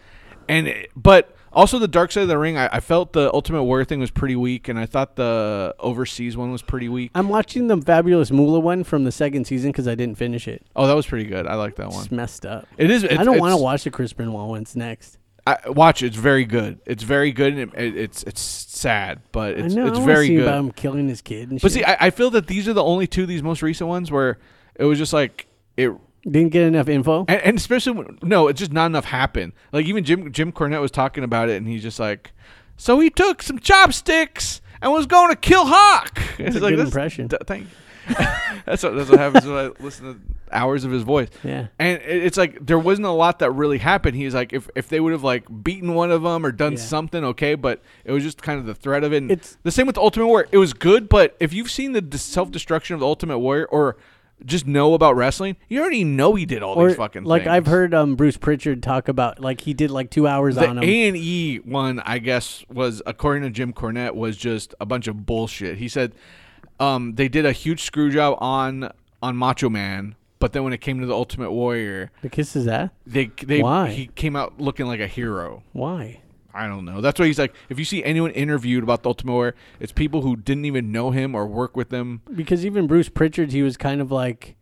S2: And it- but also the dark side of the ring, I, I felt the Ultimate Warrior thing was pretty weak, and I thought the overseas one was pretty weak.
S4: I'm watching the Fabulous Moolah one from the second season because I didn't finish it.
S2: Oh, that was pretty good. I like that one.
S4: It's messed up.
S2: It is. It's,
S4: I don't want to
S2: it's-
S4: watch the Chris Benoit ones next.
S2: I, watch. It's very good. It's very good, and it, it, it's it's sad, but it's
S4: I know.
S2: it's
S4: I wanna
S2: very
S4: see
S2: good.
S4: about him killing his kid. And
S2: But see,
S4: shit.
S2: I, I feel that these are the only two these most recent ones where it was just like it,
S4: didn't get enough info.
S2: and, and especially when, no, it's just not enough happened. Like even Jim Jim Cornette was talking about it, and he's just like, so he took some chopsticks and was going to kill Hawk. It's
S4: a
S2: like,
S4: good
S2: that's-
S4: impression.
S2: d- thank. you. that's what that's what happens when I listen to hours of his voice.
S4: Yeah.
S2: and it, it's like there wasn't a lot that really happened. He's like, if if they would have like beaten one of them or done
S4: Yeah.
S2: something, okay, but it was just kind of the threat of it. And
S4: It's-
S2: the same with Ultimate Warrior. It was good, but if you've seen the dis- self destruction of the Ultimate Warrior or just know about wrestling, you already know he did all
S4: Or
S2: these fucking
S4: like
S2: things.
S4: I've heard um, Bruce Pritchard talk about like he did like two hours
S2: The
S4: on him.
S2: A and E one, I guess, was according to Jim Cornette, was just a bunch of bullshit. He said um, they did a huge screw job on on Macho Man, but then when it came to the Ultimate Warrior,
S4: the kiss is that?
S2: they they
S4: Why?
S2: he came out looking like a hero.
S4: Why?
S2: I don't know. That's why he's like, if you see anyone interviewed about the Ultimate Warrior, it's people who didn't even know him or work with him.
S4: Because even Bruce Pritchard, he was kind of like,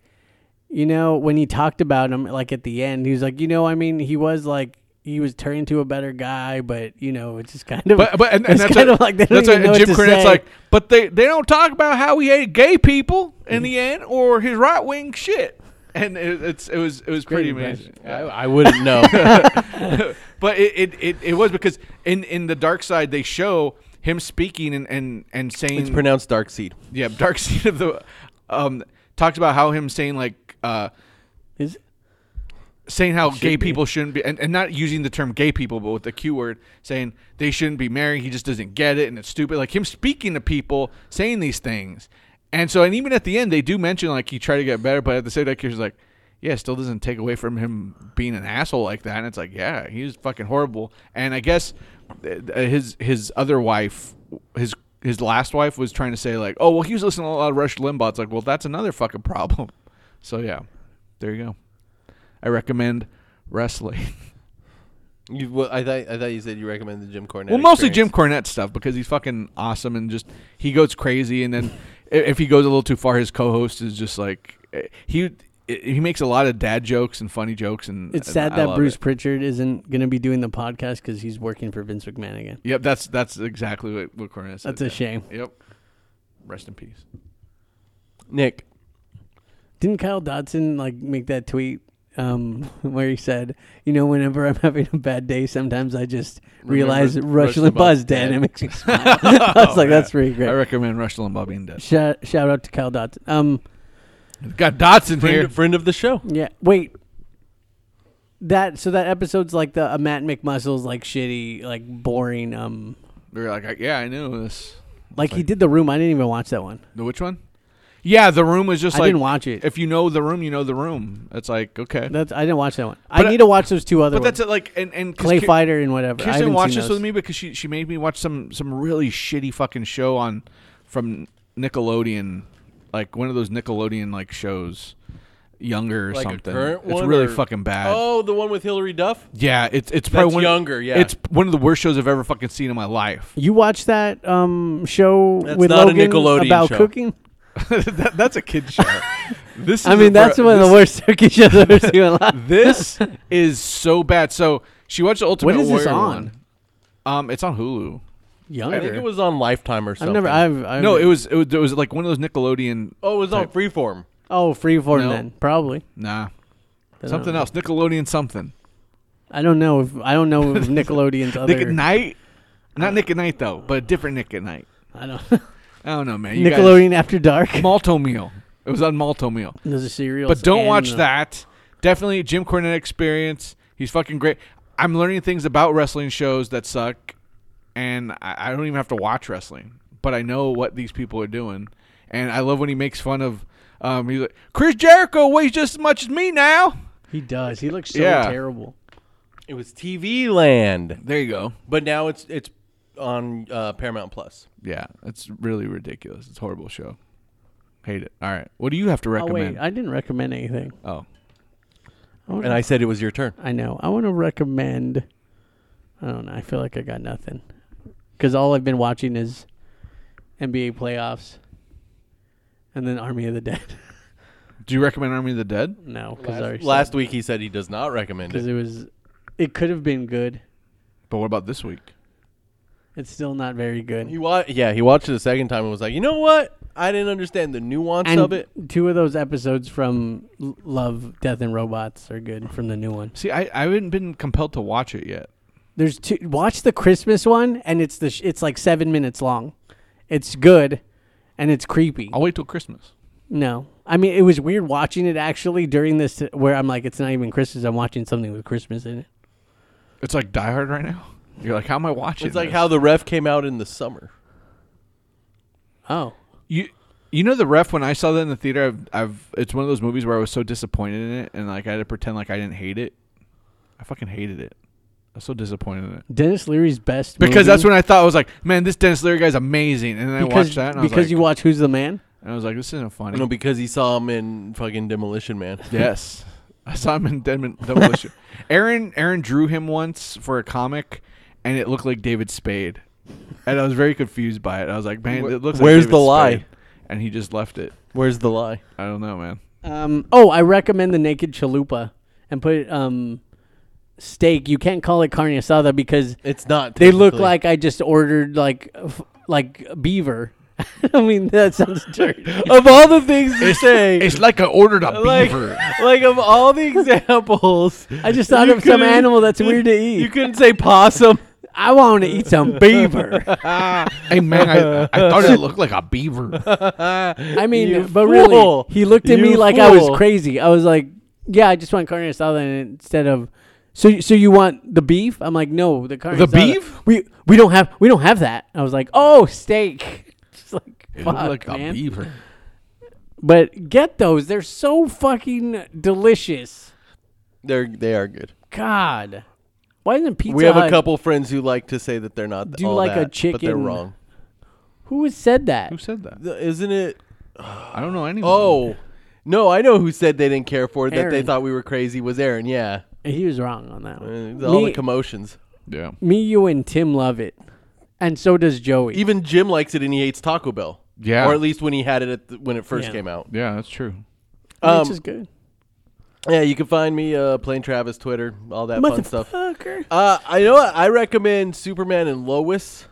S4: you know, when he talked about him, like at the end, he was like, you know, I mean, he was like. He was turning to a better guy, but you know it's just kind of
S2: But but and, and
S4: it's
S2: that's
S4: kind
S2: a,
S4: of like they don't
S2: that's
S4: even
S2: a-
S4: know what
S2: Jim
S4: to
S2: Cornette's
S4: say.
S2: like, but they they don't talk about how he hated gay people in the end or his right wing shit. And it, it's it was it was pretty amazing.
S3: I, I wouldn't know.
S2: But it, it, it, it was because in, in the dark side they show him speaking and and, and saying
S3: it's pronounced Dark Seed.
S2: yeah dark side of the um talks about how him saying like uh
S4: Is-
S2: saying how gay people shouldn't be and, and not using the term gay people but with the q word saying they shouldn't be married he just doesn't get it and it's stupid like him speaking to people saying these things and so and even at the end they do mention like he tried to get better but at the same time he's like yeah, it still doesn't take away from him being an asshole like that. And it's like, yeah, he was fucking horrible. And I guess uh, his his other wife, his his last wife, was trying to say like, oh well, he was listening to a lot of Rush Limbaugh. It's like, well, that's another fucking problem. So yeah, there you go. I recommend wrestling.
S3: You, well, I thought I thought you said you recommended Jim Cornette.
S2: Well, mostly Jim
S3: experience.
S2: Cornette stuff because he's fucking awesome and just he goes crazy. And then i- if he goes a little too far, his co-host is just like eh, he he makes a lot of dad jokes and funny jokes. And
S4: It's
S2: and
S4: sad
S2: I
S4: that
S2: love
S4: Bruce
S2: it.
S4: Pritchard isn't going to be doing the podcast because he's working for Vince McMahon again.
S2: Yep, that's that's exactly what, what Cornette said.
S4: That's a shame.
S2: Yep. Rest in peace.
S3: Nick.
S4: Didn't Kyle Dodson like make that tweet um, where he said, "You know, whenever I'm having a bad day, sometims I just realize
S3: Rush
S4: Rush
S3: Limbaugh's
S4: Limbaugh's dead.
S3: dead."
S4: It makes me smile." I
S2: Oh,
S4: was like, "That's pretty
S2: I
S4: great."
S2: recommend Rush Limbaugh being dead.
S4: Shout, shout out to Kyle Dodson. Um,
S2: Got Dotson here.
S3: Friend, friend of the show.
S4: yeah. Wait. That so that episode's like the uh, Matt McMuscle's like shitty, like boring. Um,
S2: We were like, yeah, I knew this.
S4: like he did the room. I didn't even watch that one.
S2: The which one? Yeah, the room was just
S4: I
S2: like
S4: didn't watch it.
S2: If you know the room, you know the room. It's like okay,
S4: That's I didn't watch that one.
S2: But
S4: I
S2: I-
S4: need to watch those two other
S2: but that's
S4: ones.
S2: it, like and and 'cause
S4: Clay
S2: Ki-
S4: Fighter and whatever. I
S2: Kirsten
S4: haven't
S2: watched
S4: seen
S2: this
S4: those.
S2: with me because she she made me watch some some really shitty fucking show on from Nickelodeon, like one of those Nickelodeon like shows, younger or
S3: Like a
S2: something.
S3: current
S2: it's
S3: one
S2: really
S3: or-
S2: fucking bad.
S3: Oh, the one with Hillary Duff.
S2: Yeah, it's it's probably
S3: That's
S2: one
S3: younger, yeah.
S2: it's one of the worst shows I've ever fucking seen in my life.
S4: You watch that um, show
S3: That's
S4: with
S3: not a
S4: Logan
S3: Nickelodeon
S4: about
S3: show.
S4: cooking?
S2: That- that's a kid show. this is
S4: I mean,
S2: a-
S4: that's one of the
S2: this-
S4: worst turkey shows I've ever seen. in my life.
S2: This is so bad. So she watched the Ultimate
S4: When is
S2: Warrior
S4: this on?
S2: one. Um, it's on Hulu.
S4: Younger.
S3: I think it was on Lifetime or
S4: I've
S3: something.
S4: never. I've, I've
S2: No, it was, it was it was like one of those Nickelodeon.
S3: oh, it was on Freeform.
S4: oh Freeform
S2: No.
S4: then probably
S2: Nah,
S4: Then I
S2: something
S4: don't know.
S2: else. Nickelodeon something.
S4: I don't know if I don't know if Nickelodeon's other. Uh,
S2: Nick at Night, not Nick at Night though, but a different Nick at Night.
S4: I don't.
S2: I don't know, man. You guys-
S4: Nickelodeon After Dark.
S2: Malto Meal. It was on Malto Meal.
S4: Those are serials.
S2: But don't
S4: and uh,
S2: watch
S4: the-
S2: that. Definitely Jim Cornette experience. He's fucking great. I'm learning things about wrestling shows that suck, and I, I don't even have to watch wrestling, but I know what these people are doing, and I love when he makes fun of. Um, he's like Chris Jericho weighs just as much as me now.
S4: He does. He looks so
S2: Yeah.
S4: terrible.
S3: It was TV Land,
S2: There you go.
S3: but now it's it's on uh, Paramount Plus.
S2: Yeah, it's really ridiculous. It's a horrible show. Hate it. All right, what do you have to
S4: Oh wait,
S2: recommend?
S4: I didn't recommend anything.
S2: oh,
S3: And I said it was your turn.
S4: I know. I want to recommend. I don't know. I feel like I got nothing because all I've been watching is NBA playoffs and then Army of the Dead.
S2: do you recommend Army of the Dead?
S4: no, because
S3: Last, last week he said he does not recommend
S4: because
S3: it.
S4: it was it could have been good.
S2: But what about this week?
S4: It's still not very good.
S3: He wa- yeah, he watched it a second time and was like, you know what? I didn't understand the nuance
S4: and
S3: of it.
S4: two of those episodes from L- Love, Death, and Robots are good from the new one.
S2: See, I, I haven't been compelled to watch it yet.
S4: There's two. Watch the Christmas one, and it's the sh- it's like seven minutes long. It's good, and it's creepy.
S2: I'll wait till Christmas.
S4: No. I mean, it was weird watching it actually during this, where I'm like, it's not even Christmas. I'm watching something with Christmas in it.
S2: It's like Die Hard right now. You're like, how am I watching?
S3: It's like
S2: this?
S3: how the ref came out in the summer.
S4: Oh,
S2: you you know the ref when I saw that in the theater. I've, I've it's one of those movies where I was so disappointed in it, and like I had to pretend like I didn't hate it. I fucking hated it. I was so disappointed in it
S4: Dennis Leary's best
S2: because
S4: movie-
S2: that's when I thought I was like, man, this Dennis Leary guy's amazing. And then I
S4: because,
S2: watched that and I was
S4: because
S2: like,
S4: you watch Who's the Man.
S2: and I was like, this isn't funny.
S3: You know, because he saw him in fucking Demolition Man.
S2: Yes. I saw him in Denman Demolition. Aaron Aaron drew him once for a comic and it looked like David Spade. And I was very confused by it. I was like, man,
S3: Wh-
S2: it looks like
S3: where's
S2: David
S3: the lie?
S2: Spade. And he just left it.
S3: Where's the lie?
S2: I don't know, man.
S4: Um, oh, I recommend the Naked Chalupa and put um, steak. You can't call it carne asada because
S3: It's not.
S4: they look
S3: technically-
S4: like I just ordered like f- like beaver. I mean, that sounds dirty.
S3: of all the things you say.
S2: It's like I ordered a
S3: like,
S2: beaver.
S3: like of all the examples,
S4: I just thought
S3: you
S4: of some
S3: couldn't-
S4: animal that's weird to
S3: you
S4: eat.
S3: couldn't say possum.
S4: I want to eat some beaver.
S2: hey man, I, I thought it looked like a beaver.
S4: I mean,
S3: You
S4: but
S3: fool.
S4: really, he looked at
S3: You
S4: me like I was
S3: fool.
S4: crazy. I was like, "Yeah, I just want carne asada instead of." So, so you want the beef? I'm like, no, the carne.
S2: The
S4: asada.
S2: beef?
S4: We we don't have we don't have that. I was like, oh, steak. Just like
S2: It looked
S4: fuck,
S2: like a
S4: man.
S2: beaver.
S4: But get those. They're so fucking delicious.
S3: They're they are good.
S4: God. Why isn't Pizza
S3: we have a
S4: Hut-
S3: couple friends who like to say that they're not.
S4: Do
S3: all
S4: like
S3: that,
S4: a
S3: but they're
S4: chicken-
S3: wrong.
S4: Who has said that?
S2: Who said that?
S3: The- Isn't it?
S2: I don't know anyone.
S3: Oh, no, I know who said they didn't care for it. That they
S4: Aaron.
S3: thought we were crazy was Aaron. Yeah,
S4: He was wrong on that one.
S3: all
S4: me,
S3: the commotions.
S2: yeah.
S4: me, you, and Tim love it. And so does Joey.
S3: Even Jim likes it, and he hates Taco Bell.
S2: Yeah.
S3: or at least when he had it at the, when it first
S4: Yeah.
S3: came out.
S2: Yeah, that's true.
S4: which
S3: um,
S4: is good.
S3: Yeah, you can find me uh, playing Travis Twitter, all that fun stuff.
S4: Motherfucker.
S3: Uh, I know what? I recommend Superman and Lois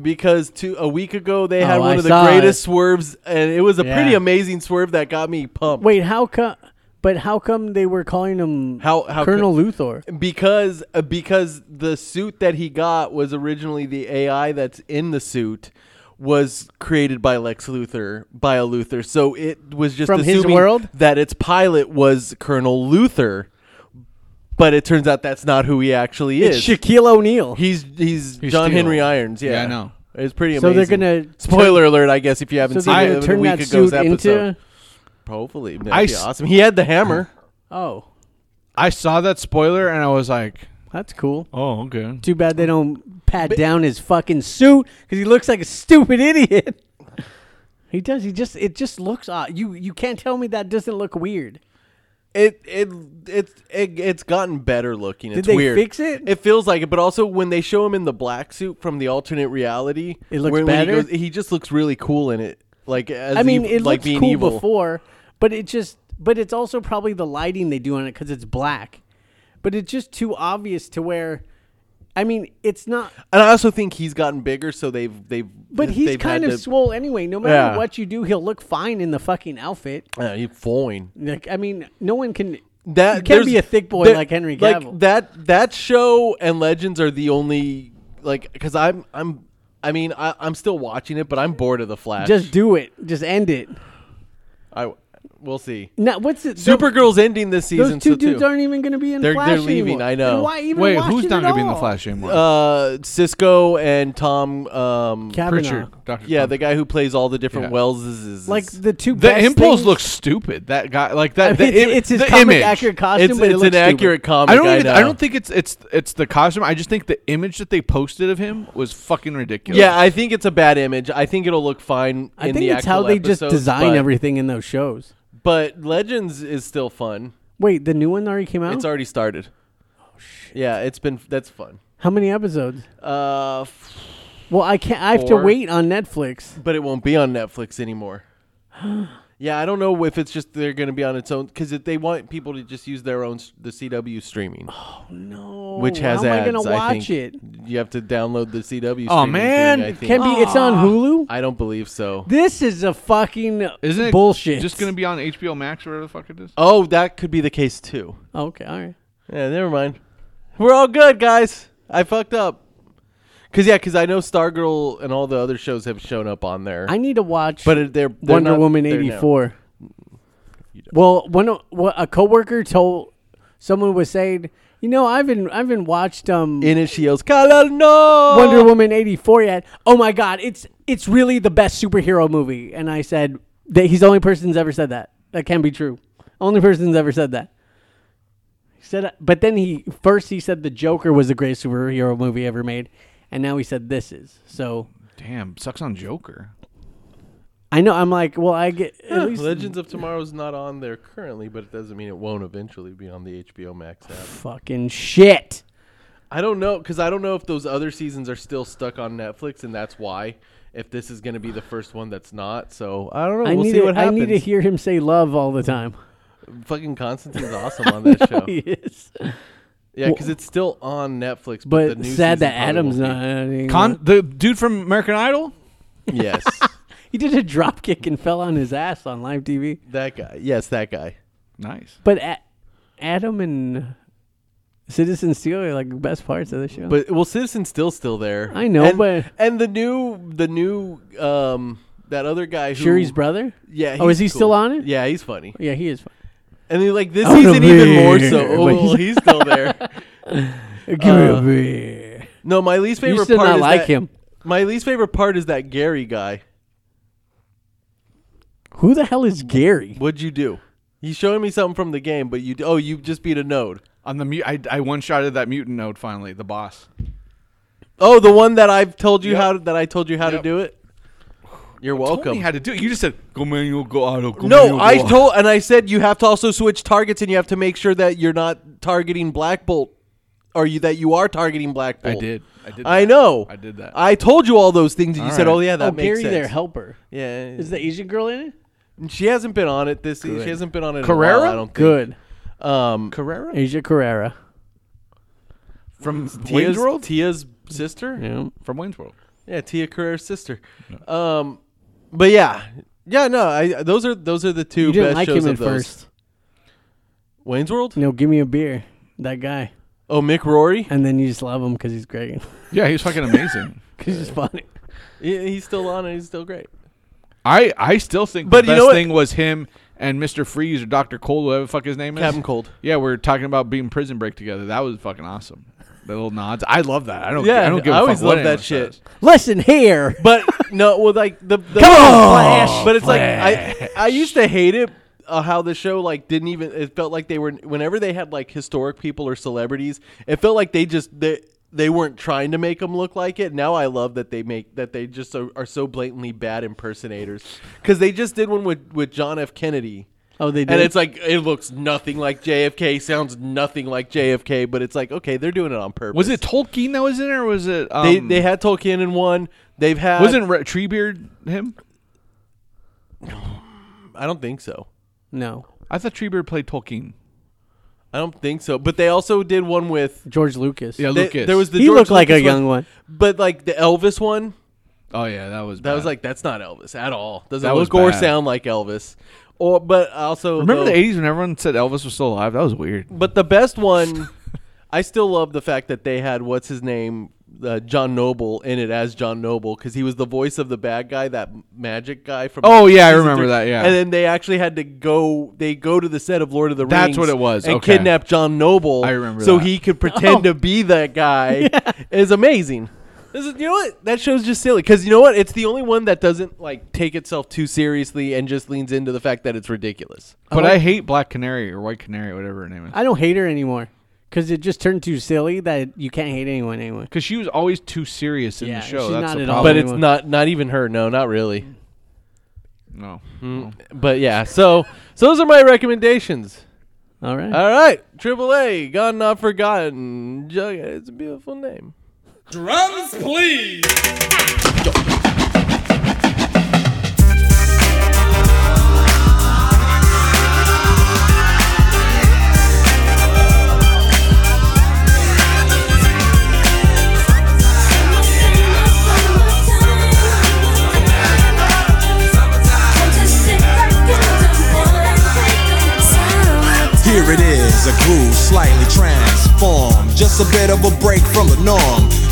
S3: because two a week ago they had
S4: Oh,
S3: one
S4: I
S3: of the
S4: saw
S3: greatest
S4: it.
S3: swerves, and it was a pretty
S4: Yeah.
S3: amazing swerve that got me pumped.
S4: Wait, how come? But how come they were calling him
S3: How- how
S4: Colonel Luthor?
S3: because uh, because the suit that he got was originally the AI that's in the suit was created by Lex Luthor by a Luthor. So it was just
S4: From his
S3: assuming
S4: world?
S3: that its pilot was Colonel Luthor, but it turns out that's not who he actually is.
S4: It's Shaquille O'Neal.
S3: he's he's,
S2: He's
S3: John
S2: Steel.
S3: Henry Irons. Yeah,
S2: Yeah, I know.
S3: It's pretty
S4: So
S3: amazing.
S4: they're gonna
S3: spoiler alert, I guess, if you haven't
S4: so
S3: seen
S4: they're
S3: it
S4: gonna turn
S3: a week
S4: that
S3: ago's
S4: suit
S3: episode.
S4: into.
S3: Hopefully, that'd
S2: I
S3: be
S2: s-
S3: awesome. He had the hammer.
S4: Oh,
S2: I saw that spoiler and I was like,
S4: that's cool.
S2: oh, okay.
S4: Too bad they don't pat down his fucking suit because he looks like a stupid idiot. he does. He just. It just looks odd. You. You can't tell me that doesn't look weird.
S3: It it it's it, it's gotten better looking. It's
S4: they
S3: weird.
S4: fix it?
S3: It feels like it, but also when they show him in the black suit from the alternate reality,
S4: It looks
S3: when- when
S4: better?
S3: he, goes, he just looks really cool in it. Like as
S4: I mean,
S3: ev-
S4: it
S3: like
S4: looks
S3: being
S4: cool
S3: evil.
S4: before, but it just. But it's also probably the lighting they do on it because it's black. But it's just too obvious to where. I mean, it's not.
S3: And I also think he's gotten bigger, so they've they've.
S4: But
S3: they've
S4: he's
S3: had
S4: kind of
S3: to-
S4: swole anyway. No matter
S3: Yeah.
S4: what you do, he'll look fine in the fucking outfit.
S3: uh, he's foying.
S4: Like, I mean, no one can.
S3: That
S4: you can't be a
S3: there's-
S4: thick boy
S3: there-
S4: like Henry Cavill.
S3: Like that that show and Legends are the only like because I'm I'm I mean I, I'm still watching it, but I'm bored of the Flash.
S4: Just do it. Just end it.
S3: I we'll see.
S4: No, what's it?
S3: Supergirl's ending this
S4: Those,
S3: season.
S4: those two
S3: so
S4: dudes
S3: too.
S4: aren't even going to be in
S3: They're-
S4: Flash
S3: they're leaving,
S4: anymore.
S3: I know.
S4: Then why even
S2: Wait,
S4: watch
S2: who's
S4: it
S2: not
S4: at
S2: going to be in the
S4: all?
S2: Flash anymore?
S3: uh, Cisco and Tom. Um,
S4: Kavanaugh.
S2: Pritchard, Dr.
S3: yeah,
S2: Tom.
S3: the guy who plays all the different
S2: Yeah.
S3: Welleses. Is,
S4: Like the two.
S2: the
S4: best
S2: impulse
S4: things-
S2: looks stupid. That guy, like
S3: Uh,
S2: that,
S4: I mean,
S2: the
S4: it's,
S2: im-
S4: it's his
S2: the
S4: comic
S2: image.
S4: accurate costume,
S3: it's,
S4: but it
S3: it's
S4: looks
S3: an accurate comic.
S2: I don't. Even, I
S3: know.
S2: don't think it's it's it's the costume. I just think the image that they posted of him was fucking ridiculous.
S3: Yeah, I think it's a bad image. I think it'll look fine.
S4: Stupid. I
S3: in
S4: think
S3: the
S4: it's how
S3: actual
S4: they just
S3: episodes,
S4: design
S3: but,
S4: everything in those shows.
S3: But Legends is still fun.
S4: Wait, the new one already came out.
S3: It's already started. Oh shit! Yeah, it's been that's fun.
S4: How many episodes?
S3: Uh, f-
S4: Well, I can't. I have to
S3: Four.
S4: wait on Netflix.
S3: but it won't be on Netflix anymore. yeah, I don't know if it's just they're going to be on its own because they want people to just use their own s- the CW streaming.
S4: No.
S3: which has
S4: Oh, How am
S3: ads.
S4: I gonna watch
S3: think.
S4: it?
S3: You have to download the CW.
S2: Aw,
S3: streaming
S2: man.
S3: thing, I, think.
S4: Can be. It's on Hulu.
S3: I don't believe so.
S4: This is a fucking
S2: isn't it
S4: bullshit.
S2: Just gonna be on HBO Max or whatever the fuck it is.
S3: Oh, that could be the case too.
S4: Okay. All right.
S3: Yeah, never mind. We're all good, guys. I fucked up. Cause yeah, cause I know Stargirl and all the other shows have shown up on there.
S4: I need to watch.
S3: but it- they're, they're
S4: Wonder
S3: not
S4: Woman
S3: there now.
S4: eighty four. Well, one of- wha- a coworker told someone was saying, you know, I've been I've been watched um
S3: In it, she yells, "Color no!"
S4: Wonder Woman eighty four yet. Oh my god, it's it's really the best superhero movie. And I said that he's the only person that's ever said that. That can be true. Only person that's ever said that. He said, but then he first he said the Joker was the greatest superhero movie ever made, and now he said this is. So
S2: Damn, sucks on Joker.
S4: I know I'm like, well, I get at least
S3: Legends of Tomorrow's not on there currently, but it doesn't mean it won't eventually be on the HBO Max app.
S4: fucking shit.
S3: I don't know because I don't know if those other seasons are still stuck on Netflix, and that's why. If this is going to be the first one that's not, so I don't know.
S4: I
S3: we'll
S4: need
S3: see
S4: to,
S3: what
S4: I
S3: happens.
S4: need to hear him say love all the time.
S3: Fucking Constantine's awesome on that show.
S4: He is.
S3: Yeah, because it's still on Netflix. But, the
S4: But
S3: new season
S4: sad that
S3: probably
S4: Adam's
S3: won't
S4: not. uh,
S2: Con, the dude from American Idol.
S3: be. Yes,
S4: He did a drop kick and fell on his ass on live TV.
S3: that guy. Yes, that guy.
S2: Nice.
S4: But a- Adam and Citizen Steel are like the best parts of the show.
S3: But well, Citizen's still still there.
S4: I know,
S3: and,
S4: but-
S3: and the new the new um that other guy who
S4: Shuri's brother.
S3: Yeah.
S4: Oh,
S3: he's
S4: is he
S3: cool.
S4: still on it?
S3: Yeah, he's funny.
S4: Yeah, he is. Fun.
S3: And then like this
S4: I wanna
S3: season even more
S4: be-
S3: so.
S4: Oh, Wait,
S3: Oh,
S4: he's-
S3: he's still there. Uh,
S4: Give me a beer.
S3: No, my least favorite
S4: Uh, You still
S3: part
S4: not
S3: is
S4: like
S3: that-
S4: him.
S3: My least favorite part is that Gary guy.
S4: Who the hell is Gary?
S3: What'd you do? He's showing me something from the game, but you oh you just beat a node.
S2: On the mute, I, I one shotted that mutant node finally. The boss.
S3: Oh, the one that I've told you
S2: Yep.
S3: how to, that I told you how to
S2: Yep.
S3: do it. You're
S2: Told me
S3: welcome.
S2: how to do it. You just said go manual, go auto. Go manual,
S3: No,
S2: go
S3: I
S2: auto."
S3: told and I said you have to also switch targets and you have to make sure that you're not targeting Black Bolt or you that you are targeting Black
S2: I
S3: Bolt.
S2: did. I did.
S3: I
S2: that.
S3: know.
S2: I did that.
S3: I told you all those things and you
S2: All
S3: said,
S2: right.
S3: "Oh yeah, that
S4: oh,
S3: makes
S4: Gary,
S3: sense."
S4: their helper.
S3: Yeah.
S4: Is the Asian girl in it?
S3: she hasn't been on it this e, she hasn't been on it in a while,
S2: Carrera?
S3: I don't think.
S4: Good.
S3: Um
S2: Carrera
S4: Asia Carrera.
S2: from Wayne's
S3: Tia's,
S2: World.
S3: Tia's sister?
S2: From Wayne's World.
S3: Yeah, Tia Carrera's sister. Um, but yeah, yeah, no, I those are those are the two
S4: You didn't
S3: best
S4: like
S3: shows
S4: him at
S3: of those.
S4: first.
S3: Wayne's World.
S4: No, give me a beer. That guy.
S3: Oh, Mick Rory.
S4: And then you just love him because he's great.
S2: Yeah, he's fucking amazing.
S4: Because he's funny.
S3: Yeah, he's still on it. He's still great.
S2: I I still think
S3: But
S2: the
S3: you
S2: best
S3: know what?
S2: thing was him and Mr. Freeze or Dr. Cold, whatever the fuck his name is.
S3: Captain Cold.
S2: Yeah, we are talking about being Prison Break together. That was fucking awesome. The little nods. I love that. I don't.
S3: Yeah,
S2: I don't give.
S3: I
S2: a
S3: always
S2: fuck what
S3: love that
S2: anyone
S3: shit.
S2: says.
S4: Listen here.
S3: But no, well, like the, the
S4: Come on, Flash.
S3: but it's like I I used to hate it. Uh, how the show like didn't even it felt like they were whenever they had like historic people or celebrities it felt like they just they they weren't trying to make them look like it now i love that they make that they just so, are so blatantly bad impersonators because they just did one with with john f kennedy
S4: Oh, they did.
S3: And it's like it looks nothing like JFK, sounds nothing like JFK, but it's like okay, they're doing it on purpose.
S2: Was it Tolkien that was in there? Or was it? Um,
S3: They, they had Tolkien in one. They've had
S2: wasn't Re- Treebeard him?
S3: I don't think so.
S4: no.
S2: I thought Treebeard played Tolkien.
S3: I don't think so. But they also did one with
S4: George Lucas.
S2: Yeah,
S3: they-
S2: Lucas.
S3: There was the
S4: He
S3: George
S4: looked like a
S3: Lucas
S4: young one.
S3: but like the Elvis one.
S2: Oh yeah, that was.
S3: That was
S2: bad.
S3: like that's not Elvis at all. Doesn't
S2: That was
S3: look or
S2: bad.
S3: sound like Elvis. Or but also
S2: Remember
S3: though-
S2: the '80s when everyone said Elvis was still alive? That was weird.
S3: But the best one, I still love the fact that they had what's his name, uh, John Noble, in it as John Noble because he was the voice of the bad guy, that magic guy from.
S2: Oh, yeah, I
S3: season
S2: remember that, yeah.
S3: and then they actually had to go. They go to the set of Lord of the Rings.
S2: That's what it was,
S3: And
S2: okay.
S3: kidnap John Noble.
S2: I remember
S3: So
S2: that. Oh.
S3: he could pretend to be that guy. Is amazing. This is, you know what? That show's just silly because you know what? It's the only one that doesn't like take itself too seriously and just leans into the fact that it's ridiculous.
S2: But I hate Black Canary or White Canary, whatever her name is,
S4: I don't hate her anymore. Because it just turned too silly that you can't hate anyone anymore.
S2: because she was always too serious in
S4: Yeah,
S2: the show.
S4: she's
S2: That's
S4: not
S2: Oh, the
S4: at all-
S2: problem.
S3: But it's
S4: Anyone.
S3: not not even her. No, not really.
S2: no.
S3: But yeah, so so those are my recommendations.
S4: All right.
S3: All right, Triple A, Gone Not Forgotten. Jughead, it's a beautiful name.
S5: Drums, please.
S6: Here it is, a groove slightly transformed. Just a bit of a break from the norm.